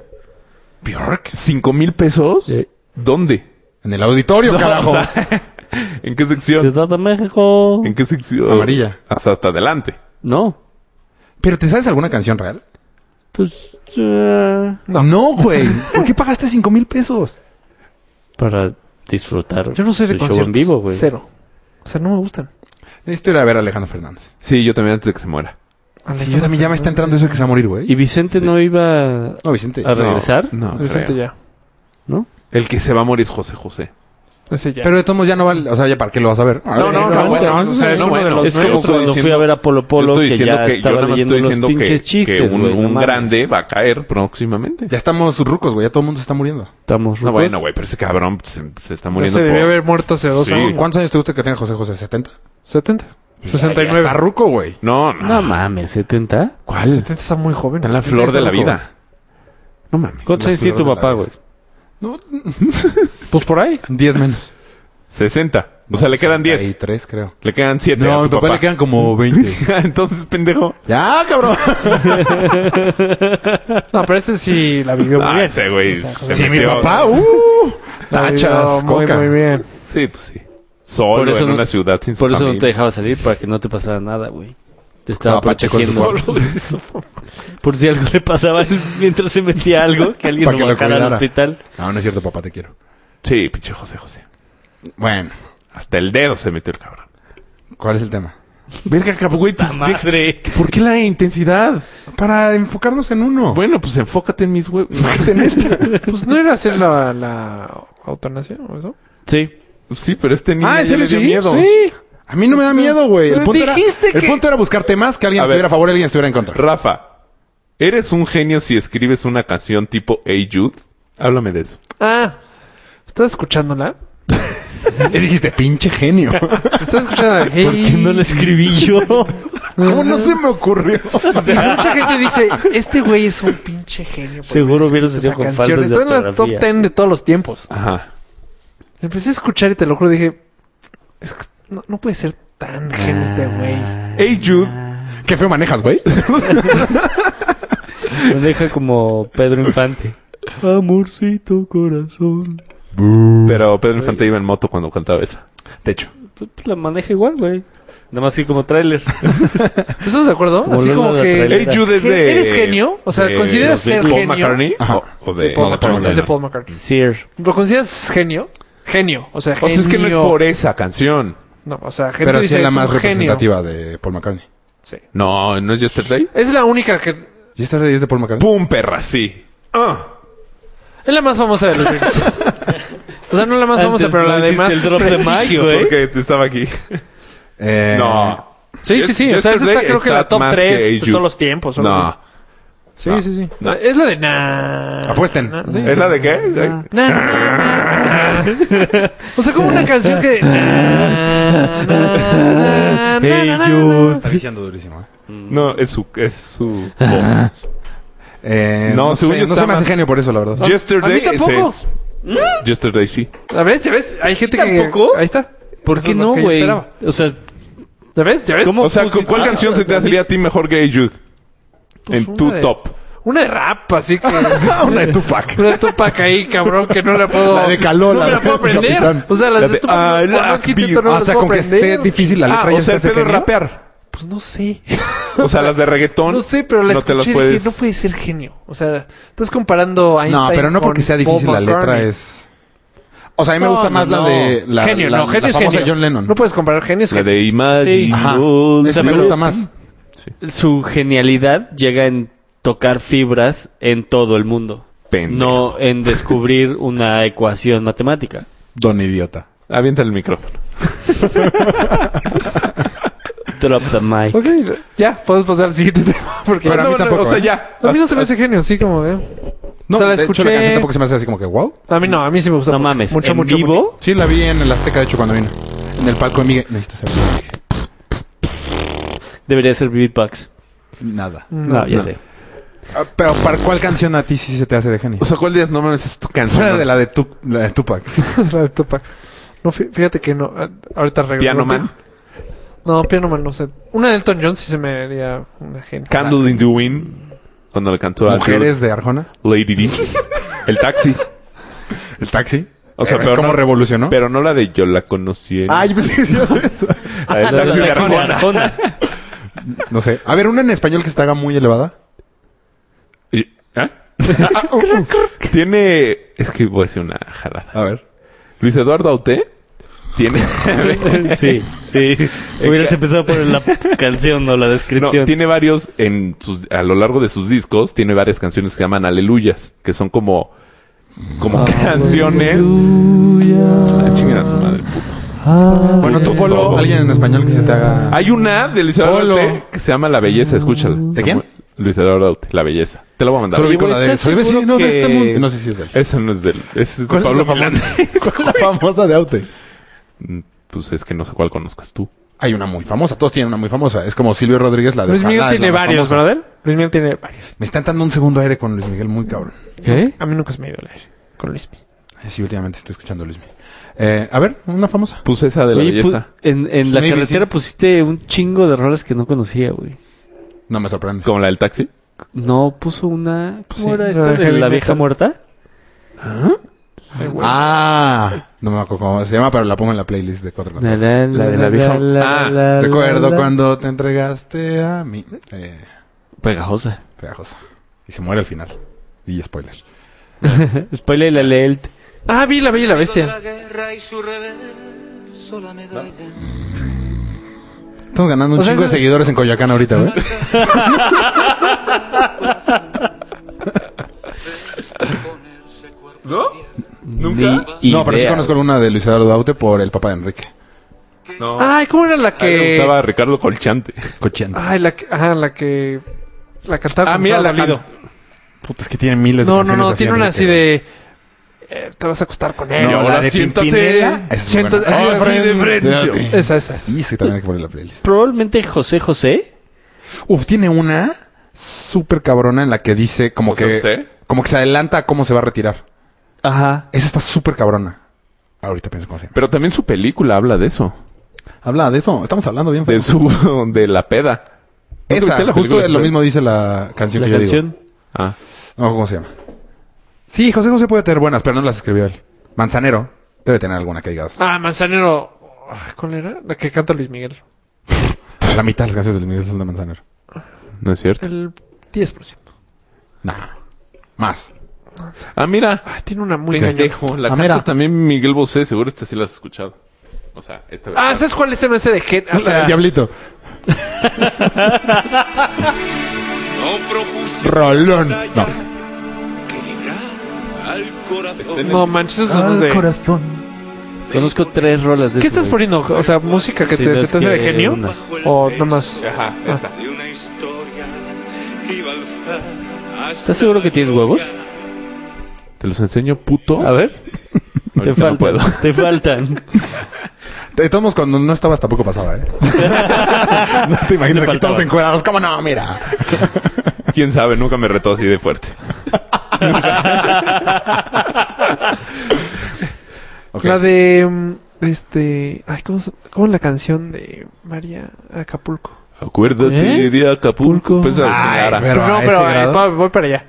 Bjork.
¿Cinco mil pesos?
Sí.
¿Dónde?
En el auditorio, carajo.
O sea, ¿En qué sección?
Ciudad de México.
¿En qué sección?
Amarilla.
O sea, hasta adelante.
No.
¿Pero te sabes alguna canción real?
Pues. eh,
No. güey. ¿Por qué pagaste 5 mil pesos?
para disfrutar.
Yo no soy de
su show
conciertos.
en vivo, güey.
Cero. O sea, no me gustan.
Necesito ir a ver a Alejandro Fernández.
Sí, yo también antes de que se muera.
Sí, yo también ya me está entrando eso de que se va a morir, güey. Ah,
Y Vicente
Sí.
no iba.
No, Vicente.
A ver. ¿Regresar?
No, no
Vicente
creo.
ya.
¿no?
El que se va a morir es José José.
Ese ya.
Pero de todos modos ya no vale. O sea, ya para qué lo vas a ver.
No, no, no, bueno,
no,
o sea,
no,
es
no,
uno de
bueno.
los
es como
yo estoy
cuando fui
diciendo-
a ver a Polo
Yo
Polo
estoy
que
diciendo
ya
que yo
estaba
nada más
leyendo
estoy
los
diciendo que,
pinches chistes,
que un,
güey, no
un
mames.
grande va a caer próximamente.
Ya estamos rucos, güey. Ya todo el mundo se está muriendo.
Estamos
No,
rucos.
bueno, güey, pero ese cabrón se, se está
Ya
muriendo
se debió
por-
haber muerto hace dos
Sí.
años.
¿Cuántos años te gusta que tenga José José? ¿70?
70.
Ya está
69.
ruco, güey.
No, no.
No mames, ¿70?
¿Cuál?
70 está muy joven.
Está en la
70
flor de la
está muy
vida. No mames.
¿Cuántos
La
años tiene tu
flor de la
papá,
vida.
güey?
No,
joven. [laughs] Pues por ahí.
10 menos.
60. O sea, le quedan 10.
3, creo.
Le quedan 7
No,
a
a mi
tu
papá,
papá.
le quedan como 20.
[laughs] Entonces, pendejo.
[laughs] ya, cabrón.
No, pero este sí la vivió muy
Ah,
bien.
ese güey.
O sea,
se
José
Sí, mi
metió-
papá. Uh,
La
[laughs]
vivió
tachas,
muy,
coca.
muy bien.
Sí, pues sí. Solo
Por eso
en
no-
una ciudad sin su
Por eso no te
familia.
dejaba salir, para que no te pasara nada, güey. Te estaba
Estaba Pacheco
protegiendo.
solo.
Solo
[laughs]
de su familia.
Por si algo le pasaba mientras se metía algo, que alguien lo
Para que lo
bajara al
cuidara.
hospital.
No, no es cierto, papá, te quiero.
Sí, pinche José José.
Bueno,
Hasta el dedo se metió el cabrón.
¿cuál es el tema?
Verga, cabrón, güey.
¡La
Pues, deja-
madre!
¿Por qué la intensidad?
Para enfocarnos en uno.
Bueno, pues [laughs] enfócate en mis huevos.
en este.
Pues no era hacer la, la eutanasia o eso.
Sí.
Sí, pero este niño
Ah, ¿en
ya le
serio?
dio
Sí,
miedo.
Sí.
A mí no me da miedo, güey. El
Pero
punto era,
dijiste
el
que-
punto era buscar temas que alguien
A ver.
estuviera a favor y alguien estuviera en contra.
Rafa, ¿eres un genio si escribes una canción tipo Hey Jude? Háblame de eso.
Ah. ¿Estás escuchándola?
Y dijiste, pinche genio.
¿Estás escuchándola? Hey.
[laughs] ¿Por qué no la escribí [laughs] yo?
¿Cómo no se me ocurrió?
Mucha gente dice, este güey es un pinche genio. por
Seguro
haber
hubiera salido
escrito
con
esa canción.
faldas de
Está en las top
ortografía.
10 de todos los tiempos.
Ajá.
Empecé a escuchar y te lo juro, dije, "Es que no, no puede ser tan genio este
Ah.
güey.
Hey Jude.
Qué feo manejas, güey.
Me deja como Pedro Infante. Amorcito corazón.
Pero Pedro Infante iba en moto cuando cantaba esa.
De hecho,
Pues, pues, la maneja igual, güey. Nada más que como tráiler.
¿Estamos de acuerdo? Así
Volviendo
como
a la
que...
trailer.
Hey Jude es de...
¿Eres genio? O sea,
de-
¿consideras
de
ser
Paul
genio?
McCartney?
Ajá.
O, o de...
Sí, Paul
no, de
McCartney.
Paul
Es de
Lennon.
Paul McCartney.
Sir.
¿Lo consideras genio? Genio. O sea,
O
genio.
sea, es que no es por esa canción.
No, o sea, gente
pero sí
dice,
es la
"Es un
más
genio".
representativa de Paul McCartney.
Sí.
No, ¿no es Yesterday?
Es la única que...
¿Y esta es de Paul McCartney?
¡Pum, perra! Sí. Ah.
Es la más famosa de los Beatles. O sea, no la más famosa,
Antes
pero la
no
de
hiciste
más
el drop de
prestigio.
Mike, güey.
Porque estaba aquí.
Eh,
No.
Sí, sí, sí. O sea, esa está creo que la top 3 de todos los tiempos. o algo
No.
así. Sí,
No.
sí, sí.
No.
Es la de na.
Apuesten.
Na- sí.
¿Es la de qué?
Ah.
Na, na, na, na. O sea, como una canción que. na, na, na, na,
Hey
na, na.
Jude.
Está viciando durísimo, ¿eh?
No, es su, es su voz.
Eh,
No,
no,
según
sé,
yo
no
está
se me hace
más-
genio por eso, la verdad.
No,
Yesterday
a mí tampoco.
ese es. Yesterday sí.
A ver, ¿se ves? Hay gente que...
¿Tampoco?
Ahí está.
¿Por
Eso
qué
es lo
no,
que yo
güey?
esperaba.
O sea,
¿Se ves? ¿Se ves?
¿Cómo?
O sea,
pues,
¿con
sí,
cuál
ah,
canción se te
a mí-
hacería a ti mejor que Jude?
Pues
en
una
tu
de-
top.
Una de rap, así que... [laughs]
[laughs] Una de Tupac.
Una de Tupac ahí, cabrón, que no la puedo...
La de Caló,
No
la
me la
de-
puedo aprender.
Capitán.
O sea, las
La
de,
de
Tupac...
I
por más
like
que intento,
beer.
no
Ah,
las
o sea,
puedo
con que esté
aprender.
difícil la letra
Ah,
ya
o sea,
se
el
te hace
pedo es
genio.
rapear.
Pues no sé.
O sea, las de reggaetón.
No sé, pero la
no te
escuché
las
y
puedes...
dije, no puede ser genio. O sea, estás comparando a Einstein
No, pero no porque
con
sea difícil
Paul
la letra
McCartney.
es. O sea, a mí me
No,
gusta
no,
más
no.
la de la,
genio,
la-
no,
la
genio es
famosa
genio.
John Lennon.
No puedes comparar genios.
La de
Sí.
Imagine.
Ajá.
All
Esa
the
me gusta más.
su genialidad llega en tocar fibras en todo el mundo.
Pendejo.
No en descubrir una ecuación matemática.
Don idiota.
Avienta el micrófono.
Drop the mic.
Ok, ya, podemos pasar al siguiente [laughs] tema. Porque
Pero a
no,
mí
no,
tampoco.
o sea,
¿eh?
ya.
a mí no se me hace genio, así como, eh.
No,
o sea, la
de hecho,
escuché-
la canción tampoco se me hace así como que wow.
A mí no, a mí sí me gusta
No
mucho,
mames.
Mucho,
¿en
mucho,
vivo?
mucho.
Sí, la vi en el Azteca, de hecho, cuando vino. En el palco de Miguel. Necesito saber.
Debería ser beatbox.
Nada.
No, ya sé.
Ah, Pero, ¿para cuál canción a ti sí se te hace de genio?
O sea, ¿cuál de las nombres es tu canción?
Fuera de la de, Tup- la de Tupac.
[laughs] La de Tupac. No, fí- fíjate que no. ah, Ahorita regreso.
Piano Man.
No, Piano Man no sé. Una de Elton John sí se me haría una genio.
Candle in the Wind. Cuando le cantó a
Mujeres de Arjona.
Lady D. El taxi.
El taxi.
O sea,
Eh,
pero
¿Cómo
no-
revolucionó?
Pero no la de yo la conocí. en-
Ah, yo pensé que sí.
La de Taxi
La
de
taxi de
Arjona.
Arjona.
No sé. A ver, una en español que se te haga muy elevada.
Y- ¿Ah? tiene. Es que voy a hacer una jalada.
A ver.
Luis Eduardo Auté
[laughs]
tiene.
Sí, sí. Hubieras empezado por la canción o la
No,
descripción.
tiene varios en sus, a lo largo de sus discos, tiene varias canciones que se llaman Aleluyas, que son como, como canciones. Ah, chinguen a su madre, putos.
Ah,
Bueno, tú, Polo, alguien en español que se te haga...
Hay una de Luis Eduardo
Polo.
Aute que se llama La Belleza, escúchala.
¿De quién?
Luis Eduardo Aute, La Belleza. Te la voy a mandar.
Solo vi con la de...
¿estás
Soy vecino
seguro
de este
que-
mundo. No sé si es él.
Esa no es del. esa es de
¿Cuál es
Pablo
la famosa?
Milanés.
[laughs] ¿Cuál es la famosa de Aute?
Mm, Pues es que no sé cuál conozcas tú.
Hay una muy famosa. Todos tienen una muy famosa. Es como Silvio Rodríguez, la de...
Luis
Ojalá,
Miguel
es la
tiene
más
varios,
famosa.
¿verdad? Luis Miguel tiene varios.
Me están dando un segundo aire con Luis Miguel muy cabrón.
¿Qué?
A mí nunca se me ha ido a leer con Luis Miguel.
Ay, Sí, últimamente estoy escuchando a Luis Miguel. Eh, a ver, una famosa.
Pues esa de La
Oye,
Belleza.
pu- en en la
Maybe,
carretera
sí.
pusiste un chingo de rolas que no conocía, güey.
No me sorprende.
Como la del taxi.
No, puso una... ¿Cómo
Sí,
era
la
esta de
de heavy
la
metal.
vieja muerta?
Ay, güey.
Ah, no me acuerdo cómo se llama, pero la pongo en la playlist de cuatro
La,
Contra.
la, la,
de la vieja-
la,
Ah,
la,
Recuerdo
la, la.
cuando te entregaste a mí. Eh,
Pegajosa.
pegajosa. Y se muere al final. Y spoiler.
Spoiler la leelt.
Ah, vi la Bella y la Bestia.
Estamos ganando un
O sea,
chingo de
eso-
seguidores en Coyoacán ahorita, güey.
¿Nunca?
No, pero sí conozco alguna de Luis Eduardo Aute por el papá de Enrique.
Ay, ¿cómo era la
A mí me
que...?
gustaba Ricardo Colchante.
Cochante.
Ay, la que... Ajá, la que... La cantaba
Ah,
cuando
mira,
estaba
la
dolido.
Puta, es que tiene miles de
No, no,
canciones
no, tiene
Enrique,
una así
güey.
de... eh, te vas a acostar con él.
No,
ahora
la de
siéntate.
Pimpinela. Esa es muy
Siéntate.
buena.
Ahora
Así de frente.
Esa, esa, esa.
Sí, sí, también hay que poner la playlist.
Probablemente José José.
Uf, tiene una súper cabrona en la que dice como
José
que...
José.
Como que se adelanta a cómo se va a retirar.
Ajá.
Esa está súper cabrona. Ahorita pienso cómo se llama.
Pero también su película habla de eso.
Habla de eso. Estamos hablando bien.
De
Fernando.
su... [laughs] de la peda. ¿No te
Esa,
viste la
justo
película?
lo mismo dice la canción
La
que yo digo.
canción.
Ah.
No, ¿cómo se llama? Sí, José José puede tener buenas, pero no las escribió él. Manzanero debe tener alguna que digas.
Ah, Manzanero... Ay, ¿Cuál era? La que canta Luis Miguel.
La mitad de las canciones de Luis Miguel son de Manzanero.
No es cierto.
El 10%.
Nah. Más.
Ah, mira.
Ay, tiene una muy cañona.
Pendejo. La
Ah,
canta
mira.
también Miguel Bosé. Seguro esta sí la has escuchado. O sea, esta
Ah,
versión.
¿sabes cuál es el de gen?
[laughs]
O
La
sea,
del Diablito.
No propuse
Rolón. No.
que librar al corazón.
no manches, esos son los de...
corazón.
Conozco tres rolas de
¿Qué
eso,
estás
güey.
poniendo? O sea, música que
Sí,
te,
no,
se
es
te hace de
que
genio.
una.
Bajo el
O
beso
nomás.
Ajá, esta.
De una historia que iba a alzar hasta
¿Estás seguro que
la
tienes
gloria.
huevos?
Te los enseño, puto.
A ver.
Ahorita no
Te faltan.
[laughs]
puedo. [laughs]
Te faltan.
De todos modos, cuando no estabas tampoco
[laughs]
pasaba, ¿eh? no te imaginas que todos encuerados. ¿Cómo no? Mira.
Quién sabe, nunca me retó así de fuerte.
Ok.
La de. mm, Este. Ay, ¿cómo, se- cómo la canción de María Acapulco?
Acuérdate
¿Eh?
de Acapulco. Pues,
Ay,
Lara.
Pero
no,
a
pero
ese
eh,
grado.
pa- voy para allá.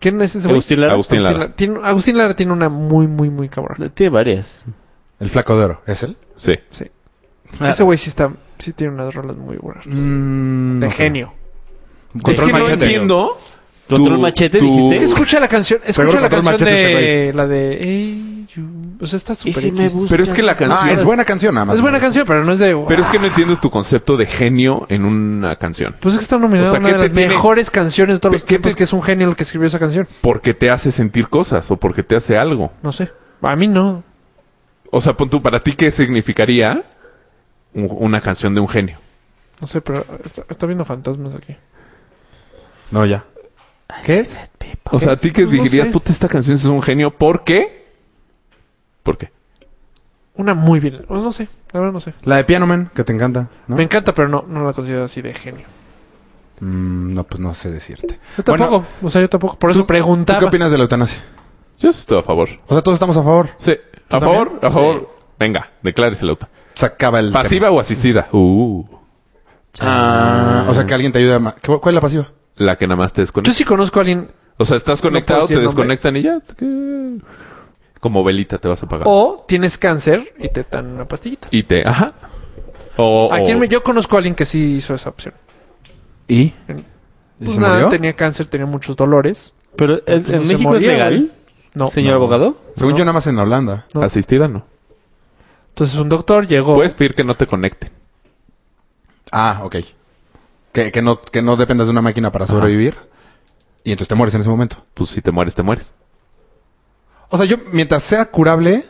¿Quién es ese güey?
Agustín Lara.
Agustín Lara.
Tiene, Agustín Lara tiene una muy, muy, muy cabrón.
Tiene varias.
El flaco de oro, ¿es él?
Sí.
Ah.
Ese güey sí está. Sí tiene unas rolas muy buenas.
Mm, no
De
creo.
genio.
Es que
Control Ah,
no
machete.
entiendo.
Control
Tú-
machete,
tú-
Es
dijiste.
que escucha la canción. Escucha
Seguro
la
control
canción
machete este
de. La de. "Hey, you". O sea, está súper. X.
Pero es que la canción.
Ah, es buena canción, nada más.
Es buena canción, pero no es de.
Pero es que no entiendo tu concepto de genio en una canción.
Pues es que está nominada
O sea,
una
¿qué
de
te
las
tiene-
mejores canciones de todos los
¿Qué te-
tiempos, que es un genio el que escribió esa canción.
Porque te hace sentir cosas o porque te hace algo.
No sé. A mí no.
O sea, pon tú, para ti, ¿qué significaría un- una canción de un genio?
No sé, pero está, está viendo fantasmas aquí.
No, ya. ¿Qué es?
O sea, ¿a ti que
Pues no
dirías,
sé.
puta, esta canción es un genio? ¿Por qué? ¿Por qué?
Una muy bien. pues no sé. La verdad no sé.
La de Piano Man, que te encanta, ¿no?
Me encanta, pero no, no la considero así de genio.
Mm, no, pues no sé decirte.
Yo
Bueno,
tampoco. o sea, yo tampoco. Por eso
¿Tú
preguntaba.
qué opinas de la eutanasia?
Yo estoy a favor.
O sea, todos estamos a favor.
Sí. ¿A
¿Tú
favor? ¿A favor? Venga, declárese el auto.
Se acaba el.
¿Pasiva o asistida? Uh.
tema. Ah, o sea, que alguien te ayude a. ma- ¿Qué- ¿Cuál es la pasiva?
La que nada más te
Yo
desconecta.
sí conozco a alguien.
O sea, estás
puedo
conectado,
decir
te
nombre.
desconectan y ya. ¿qué? Como velita te vas a
Ah.
apagar.
O tienes cáncer y te dan una pastillita.
Y te... Ajá. O...
¿A
o-
quién me- Yo conozco a alguien que sí hizo esa opción.
¿Y? ¿Y
Pues
se
nada,
murió?
tenía cáncer, tenía muchos dolores.
Pero ¿es-
Pues no
en
se
México
moría,
es legal,
No.
señor abogado.
Según yo, nada más en Holanda.
No.
Asistida no.
Entonces un doctor llegó.
Pues,
Puedes pedir que no te conecten.
Ah, ok. Que, que, no, que no dependas de una máquina para sobrevivir. Y entonces te mueres en ese momento.
Pues si te mueres, te mueres.
O sea, yo, mientras sea curable.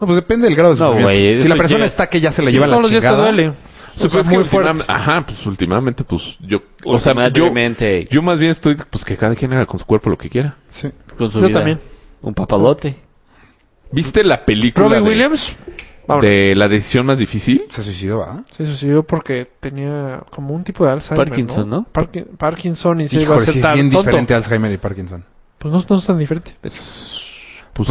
No, pues depende del grado de
No,
sufrimiento.
güey,
si
eso
la persona
ya es-
está que ya se le
Sí,
lleva la
todos los días te
chingada.
duele.
O sea,
O sea,
pues es que
muy fuerte.
últimam- Ajá, pues últimamente, pues yo... O sea, yo...
Últimamente,
Yo más bien estoy... Pues que cada quien haga con su cuerpo lo que quiera.
Sí.
con su
Yo
vida.
también.
Un papalote.
¿Viste la película
Robin
de-
Williams. Vámonos.
de la decisión más difícil?
Se suicidó, ¿ah?
Se suicidó porque tenía como un tipo de Alzheimer.
Parkinson, ¿no?
Parki- Parkinson y se iba a
Híjole,
hacer
sí es
tan
bien
tonto.
diferente a Alzheimer y Parkinson.
Pues no, no es tan diferente.
Pues,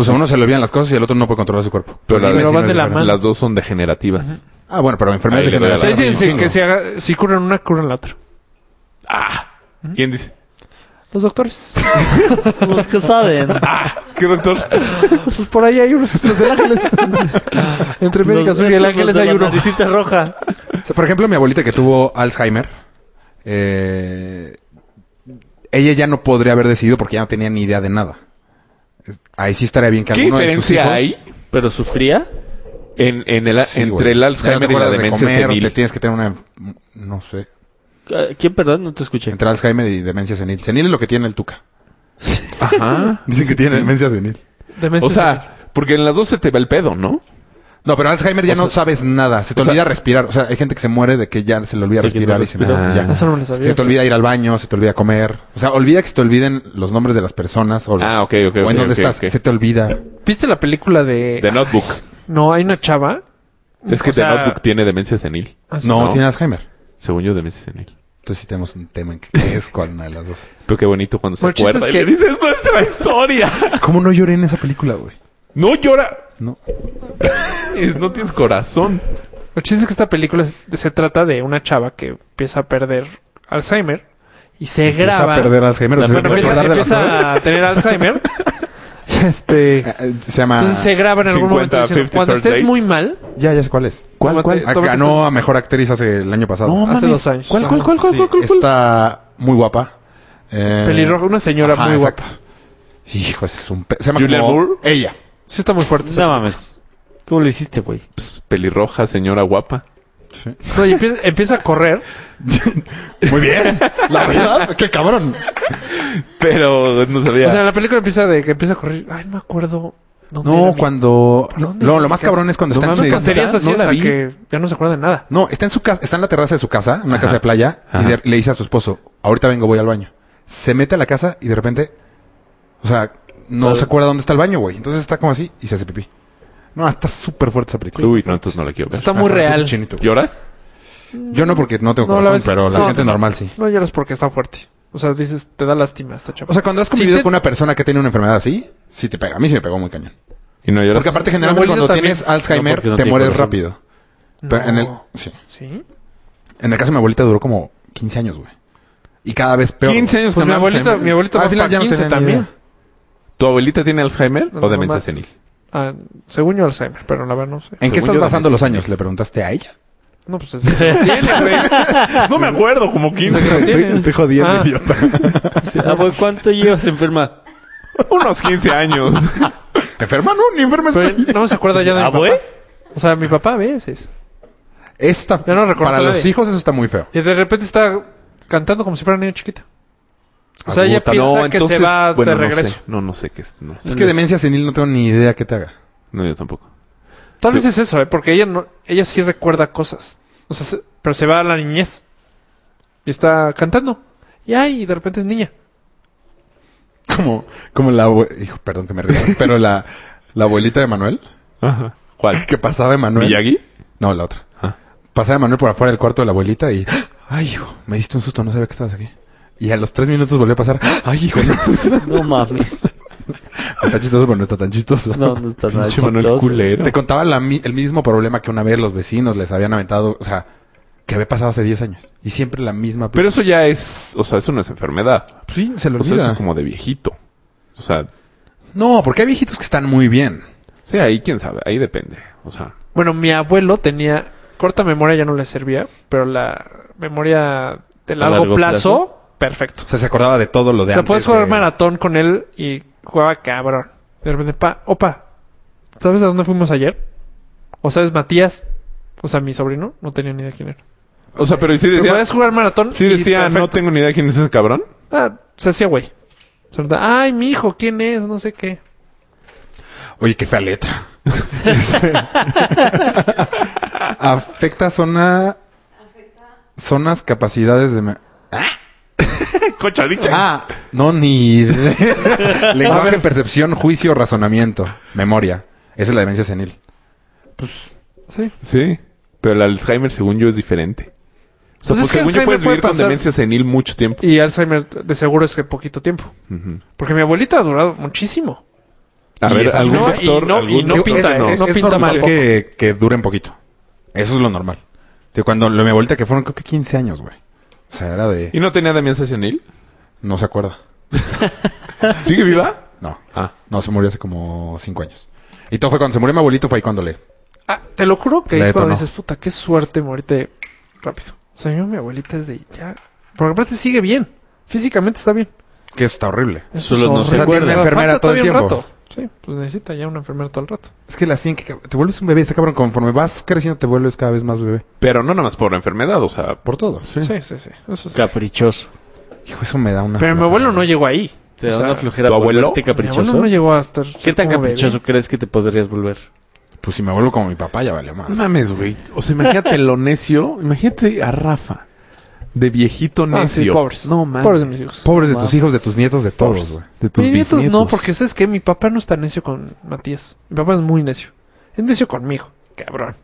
a uno se le olvidan las cosas y el otro no puede controlar su cuerpo.
Pero la-
Alzheimer
Pues pero
sí
van
no es
de la
diferente.
mano.
Las dos son degenerativas.
Ah, bueno, pero enfermedades
Ahí le doy a la
O sea,
degenerativas
dicen
hay un
que si,
chingo.
haga- si curan una, curan la otra.
Ah, ¿quién dice?
Los doctores.
Los que saben.
¿Qué doctor?
Pues por ahí hay unos. Los del [laughs] Ángeles. Entre América Sur y el Ángeles hay uno.
Visita roja.
O sea, por ejemplo, mi abuelita que tuvo Alzheimer, eh, ella ya no podría haber decidido porque ya no tenía ni idea de nada. Es- Ahí sí estaría bien que
¿Qué
alguno de sus
diferencia
hijos...
hay
Pero sufría.
en, en el,
Sí,
entre
güey.
el
Ya
Alzheimer
no te
y la
acuerdas de
demencia
comer,
senil?
Te tienes que tener una... enf- No sé.
Eh, ¿Quién, perdón? No te escuché.
Entre Alzheimer y demencia senil. Senil es lo que tiene el tuca.
Ajá.
Dicen que tiene demencia senil.
Demencia
O sea, porque en las dos se te va el pedo, ¿no?
No, pero Alzheimer ya no sabes nada. Se te
o sea-
olvida respirar. O sea, hay gente que se muere de que ya se le olvida
Sí, que no
respirar y se
respira.
muere, ya.
Ah.
Eso no me lo sabía.
Se te olvida ir al baño, se te olvida comer. O sea, olvida que se te olviden los nombres de las personas o los-
Ah, ok, ok,
o en
ok,
dónde
ok,
estás.
ok.
Se te olvida.
¿Viste la película de.
The Notebook.
No, hay una chava.
Es que
Eh, O sea-
The Notebook tiene demencia senil.
Ah, sí.
No,
no.
tiene Alzheimer.
Según yo, demencia senil.
Entonces sí tenemos un tema en
[laughs]
que qué es cuál una de las dos.
Pero qué bonito cuando se
Bueno, el chiste
acuerda
es
y
que-
le dices nuestra historia. [laughs]
¿Cómo no lloré en esa película, güey?
no llora.
No.
Es- No tienes corazón.
El chiste es que esta película es- se trata de una chava que empieza a perder Alzheimer y se
Empieza
graba.
a perder Alzheimer. o sea,
Bueno, empieza,
recordar de las
empieza a
[laughs]
tener Alzheimer. este.
cosas. Eh, eh, Se llama...
Entonces se graba en algún
50,
momento. diciendo,
50
cuando
first
estés
dates".
muy mal.
Ya, ya sé cuál es.
¿Cuál,
tómate-
cuál?
Ah,
tómate
Ganó a Mejor Actriz hace el año pasado.
No,
Hace
mames.
dos años.
¿Cuál, cuál, cuál, cuál,
Sí,
cuál, cuál, cuál?
Está muy guapa. Eh,
Pelirroja, este una señora
ajá,
muy
exacto.
guapa.
Hijo, ese es un... pe- Se llama
Julianne
como-
Moore.
Ella.
Sí está muy fuerte.
No mames. ¿Cómo lo hiciste, güey?
Pues, pelirroja, señora guapa.
[laughs] No, y empieza, empieza a correr.
Muy bien. La verdad, [laughs] qué cabrón.
Pero no sabía.
O sea, la película empieza de que empieza a correr. Ay, no me acuerdo. dónde era
No,
mi-
cuando...
¿Dónde
No,
era
lo
mi
más
casa?
cabrón es cuando
No
está en
mames,
su-
cuando
Serías así
No la
hasta
vi.
que ya no se acuerda de nada.
No, está en su casa, está en la terraza de su casa, en una casa de playa, y
Ajá.
de- le dice a su esposo, ahorita vengo, voy al baño. Se mete a la casa y de repente, o sea, no se acuerda dónde está el baño, güey. Entonces está como así y se hace pipí. No, está súper fuerte esa película.
Uy, no, entonces no la quiero ver.
Está muy
Ajá,
real.
es chinito, güey.
¿Lloras?
Yo no porque no tengo
No, la
corazón,
ves-
pero la
no,
gente
no.
normal sí.
No lloras porque está fuerte. O sea, dices, te da lástima esta chava.
O sea, cuando has
Sí,
convivido
te-
con una persona que tiene una enfermedad así, sí te pega. A mí sí me pegó muy cañón.
Y no lloras.
Porque aparte generalmente
Mi
cuando
abuelita también.
tienes Alzheimer
porque no
te
tiene
mueres
corazón.
rápido. Pero
No.
en el sí.
¿Sí?
En el caso de mi abuelita duró como 15 años, güey. Y cada vez peor. Ah,
15 años
Pues
con
mi abuelita,
Alzheimer.
mi abuelita
Al
va
final
para
ya no
15
tenía ni
también.
idea.
¿Tu abuelita tiene Alzheimer
No,
o demencia
mamá.
senil?
Ah, según yo Alzheimer, pero la verdad no sé.
¿En qué
Según
estás
yo,
basando
también.
los años? ¿Le preguntaste a ella?
No, pues es
[laughs]
tiene, güey.
No me acuerdo, como
Lo tiene.
jodiendo,
Ah.
idiota.
Sí, ah, güey, ¿cuánto llevas enferma?
Unos 15 años.
¿Enferma? No, ni enferma
Pero
estoy.
él Pues, no se acuerda ya de mi
¿Ah,
papá.
güey?
O sea, mi papá a veces.
Esta,
Ya no reconoce
para
a
los
nadie.
hijos eso está muy feo.
Y de repente está cantando como si fuera una niña chiquita. O sea, ella
Puta,
piensa que se va
bueno,
de
no
regreso.
sé. No, no sé qué es. No,
Es que demencia senil no tengo ni idea qué te haga.
no, yo tampoco.
Tal
Sí.
vez es eso, ¿eh? Porque ella no, ella sí recuerda cosas. O sea, se- pero se va a la niñez. Y está cantando. Y ay, y de repente es niña.
Como, como la abue- Hijo, perdón que me río. pero la, la abuelita de Manuel.
Ajá. ¿Cuál?
Que pasaba de Manuel.
¿Miyagi?
No, la otra.
Ah.
Pasaba de Manuel por afuera del cuarto de la abuelita y... Ay, hijo, me diste un susto, no sabía que estabas aquí. Y a los tres minutos volvió a pasar. Ay, hijo, no. [laughs]
No
[laughs]
mames.
está chistoso, pero no está tan chistoso.
No, no está nada
Pinche Manuel
chistoso.
culero.
Te contaba la mi- el mismo problema que una vez los vecinos les habían aventado. O sea, que había pasado hace 10 años. Y siempre la misma...
Pero eso ya es... O sea, eso no es enfermedad.
Pues sí, se lo
O sea,
olvida.
eso es como de viejito. O sea,
No, porque hay viejitos que están muy bien.
sí, ahí quién sabe. Ahí depende. O sea...
Bueno, mi abuelo tenía corta memoria, ya no le servía, pero la memoria de largo,
largo
plazo,
plazo?
perfecto.
O sea, se acordaba de todo lo de
O sea,
antes.
puedes jugar
de-
maratón con él y jugaba cabrón. De repente, pa, opa, ¿sabes a dónde fuimos ayer? ¿O sabes Matías? O sea, mi sobrino, no tenía ni idea quién era.
O sea, pero ¿y si
Pero
decía...
podías jugar maratón.
Si
y
decía, no
perfecto.
tengo ni idea quién es ese [laughs] cabrón.
Ah, se hacía güey. Se nota, Ay, mi hijo, ¿quién es? No sé qué.
Oye, qué
[laughs]
fea letra.
Este.
[laughs] Afecta zona... Zonas, capacidades de... me-
Cocha dicha.
Ah,
[laughs]
no, ni... idea. [laughs] Lenguaje, percepción, juicio, razonamiento, memoria. Esa es la demencia senil.
Sí.
Sí. Pero el Alzheimer, según yo, es diferente. O sea,
Pues es
pues,
que
según yo
Alzheimer
puedes
puede
vivir con
pasar.
demencia senil mucho tiempo.
Y Alzheimer, de seguro es que poquito tiempo.
Ujú.
Porque mi abuelita ha durado muchísimo.
A
Y
ver,
esa-
algún
no, y
doctor...
no, y
algún
no
doctor-
pinta,
es,
¿eh?
es-
No
es
pinta
normal
tampoco.
que, que duren poquito. Eso es lo normal. Tío, cuando lo de mi abuelita, que fueron creo que 15 años, güey. O sea, era de...
[laughs] ¿Y no tenía demencia senil?
No se acuerda.
¿Sigue viva?
No.
Ah.
No, se murió hace como cinco años. Y todo fue cuando se murió mi abuelito, fue ahí cuando le...
Ah, te lo juro que
La
es cuando
detonó.
dices, puta, qué suerte morirte rápido. O sea, yo, mi abuelita es de ya. Porque aparte sigue bien. Físicamente está bien.
Que eso está horrible.
Eso
Solo no
es
se acuerda.
horrible. Falta
Una enfermera todo el
todavía un
tiempo.
rato. Sí, pues necesita ya una enfermera todo el rato.
Es que las tienen que... Te vuelves un bebé, está cabrón. Conforme vas creciendo te vuelves cada vez más bebé.
Pero no nada más por la enfermedad, o sea...
Por todo.
Sí.
Sí, sí, sí. Eso sí.
Caprichoso.
Hijo, eso me da una...
Pero mi
flojera.
abuelo no llegó ahí.
¿Te
O
da
sea,
una flojera
¿tu abuelo?
volverte
Mi
caprichoso?
abuelo no llegó hasta.
¿Qué tan caprichoso crees que te podrías volver?
Pues si me vuelvo como mi papá, ya valió
No
madre.
mames, güey. O sea, imagínate lo necio. Imagínate a Rafa. De viejito necio.
Ah, sí, pobres.
No mames.
Pobres de mis hijos.
Pobres de tus hijos, de tus nietos, de todos, güey.
De tus
Mis nietos no,
bisnietos.
porque ¿sabes qué? Mi papá no está necio con Matías. Mi papá es muy necio. Es necio conmigo, cabrón.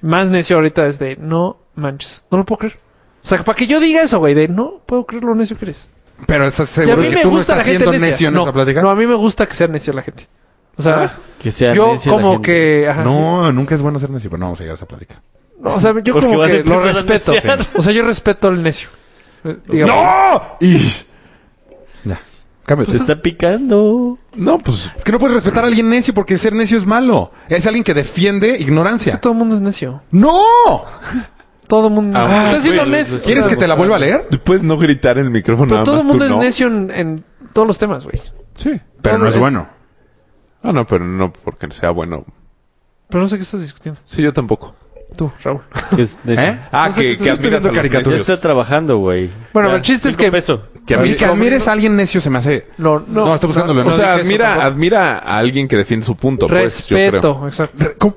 Más necio ahorita es de no manches. No lo puedo creer. O sea, para que yo diga eso, güey, de no puedo creer lo necio que eres.
Pero estás
Y
seguro que tú no estás siendo necio en
no,
esa plática. Ah,
no,
No,
a mí me gusta que sea necio la gente. O sea,
Que sea
yo
necia la
como
gente.
que... ajá.
nunca es bueno ser necio. Pero no vamos a llegar a esa plática.
No, O sea, yo
Porque
como
vas a
que lo
empezar a
respeto.
neciar.
O sea, yo respeto al necio. Eh, digamos.
¡No! Y... Ya. Cámbiate.
Te
pues,
está picando.
No, pues...
Es que no puedes respetar a alguien necio porque ser necio es malo. Es alguien que defiende
Es que
ignorancia.
todo el mundo es necio.
¡No!
Todo el mundo...
Ah,
Estás siendo
güey,
necio.
¿Quieres que te la vuelva a leer?
Puedes no gritar en el micrófono
Pero
nada
todo
más
el mundo
tú
es
no.
necio en, en todos los temas, güey.
Sí.
Pero no es bueno.
Ah, no, pero no porque sea bueno.
Pero no sé qué estás discutiendo.
Sí, yo tampoco.
Tú, Raúl.
Que es necio.
¿Eh?
Ah,
No sé qué
que,
estoy-
que
estoy
yo
admiras
viendo
a los
caricaturas.
Ya
necios.
está trabajando, güey.
Pues Bueno,
Ya,
el chiste es
cinco
que-
peso.
Que
Y que
admiras-
admires a alguien necio se me hace...
No, no.
No, está buscándolo,
O
No
sea,
dije eso
admira,
tampoco.
admira a alguien que defiende su punto, pues, yo creo.
Respeto, exacto.
¿Cómo?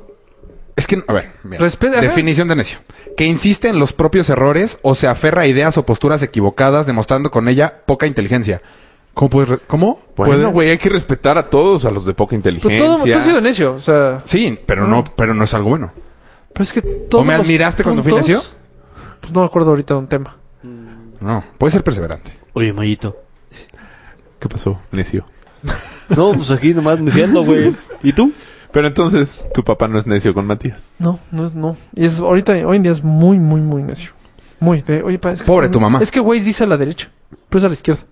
Es que, a ver, mira.
Respeta- ajá.
definición de necio. Que insiste en los propios errores o se aferra a ideas o posturas equivocadas, demostrando con ella poca inteligencia. ¿Cómo puedes? re- ¿Cómo?
Bueno,
¿Puedes?
güey, hay que respetar a todos, a los de poca
Pero
inteligencia.
todo, tú has sido necio, o sea...
Sí, pero no, pero no es algo bueno.
Pero es que todos
¿O me
los
admiraste cuando fui
puntos-
necio?
Pues no me acuerdo ahorita de un tema.
No, puede ser perseverante.
Oye, Mayito.
¿Qué pasó? Necio.
No, pues aquí nomás diciendo, güey. ¿Y tú?
Pero entonces, tu papá no es necio con Matías.
No, no es, no. Y es ahorita, hoy en día es muy, muy, muy necio. Muy. de, oye, pa, es que-
Pobre tu mamá.
Es que Waze dice a la derecha, pero es a la izquierda.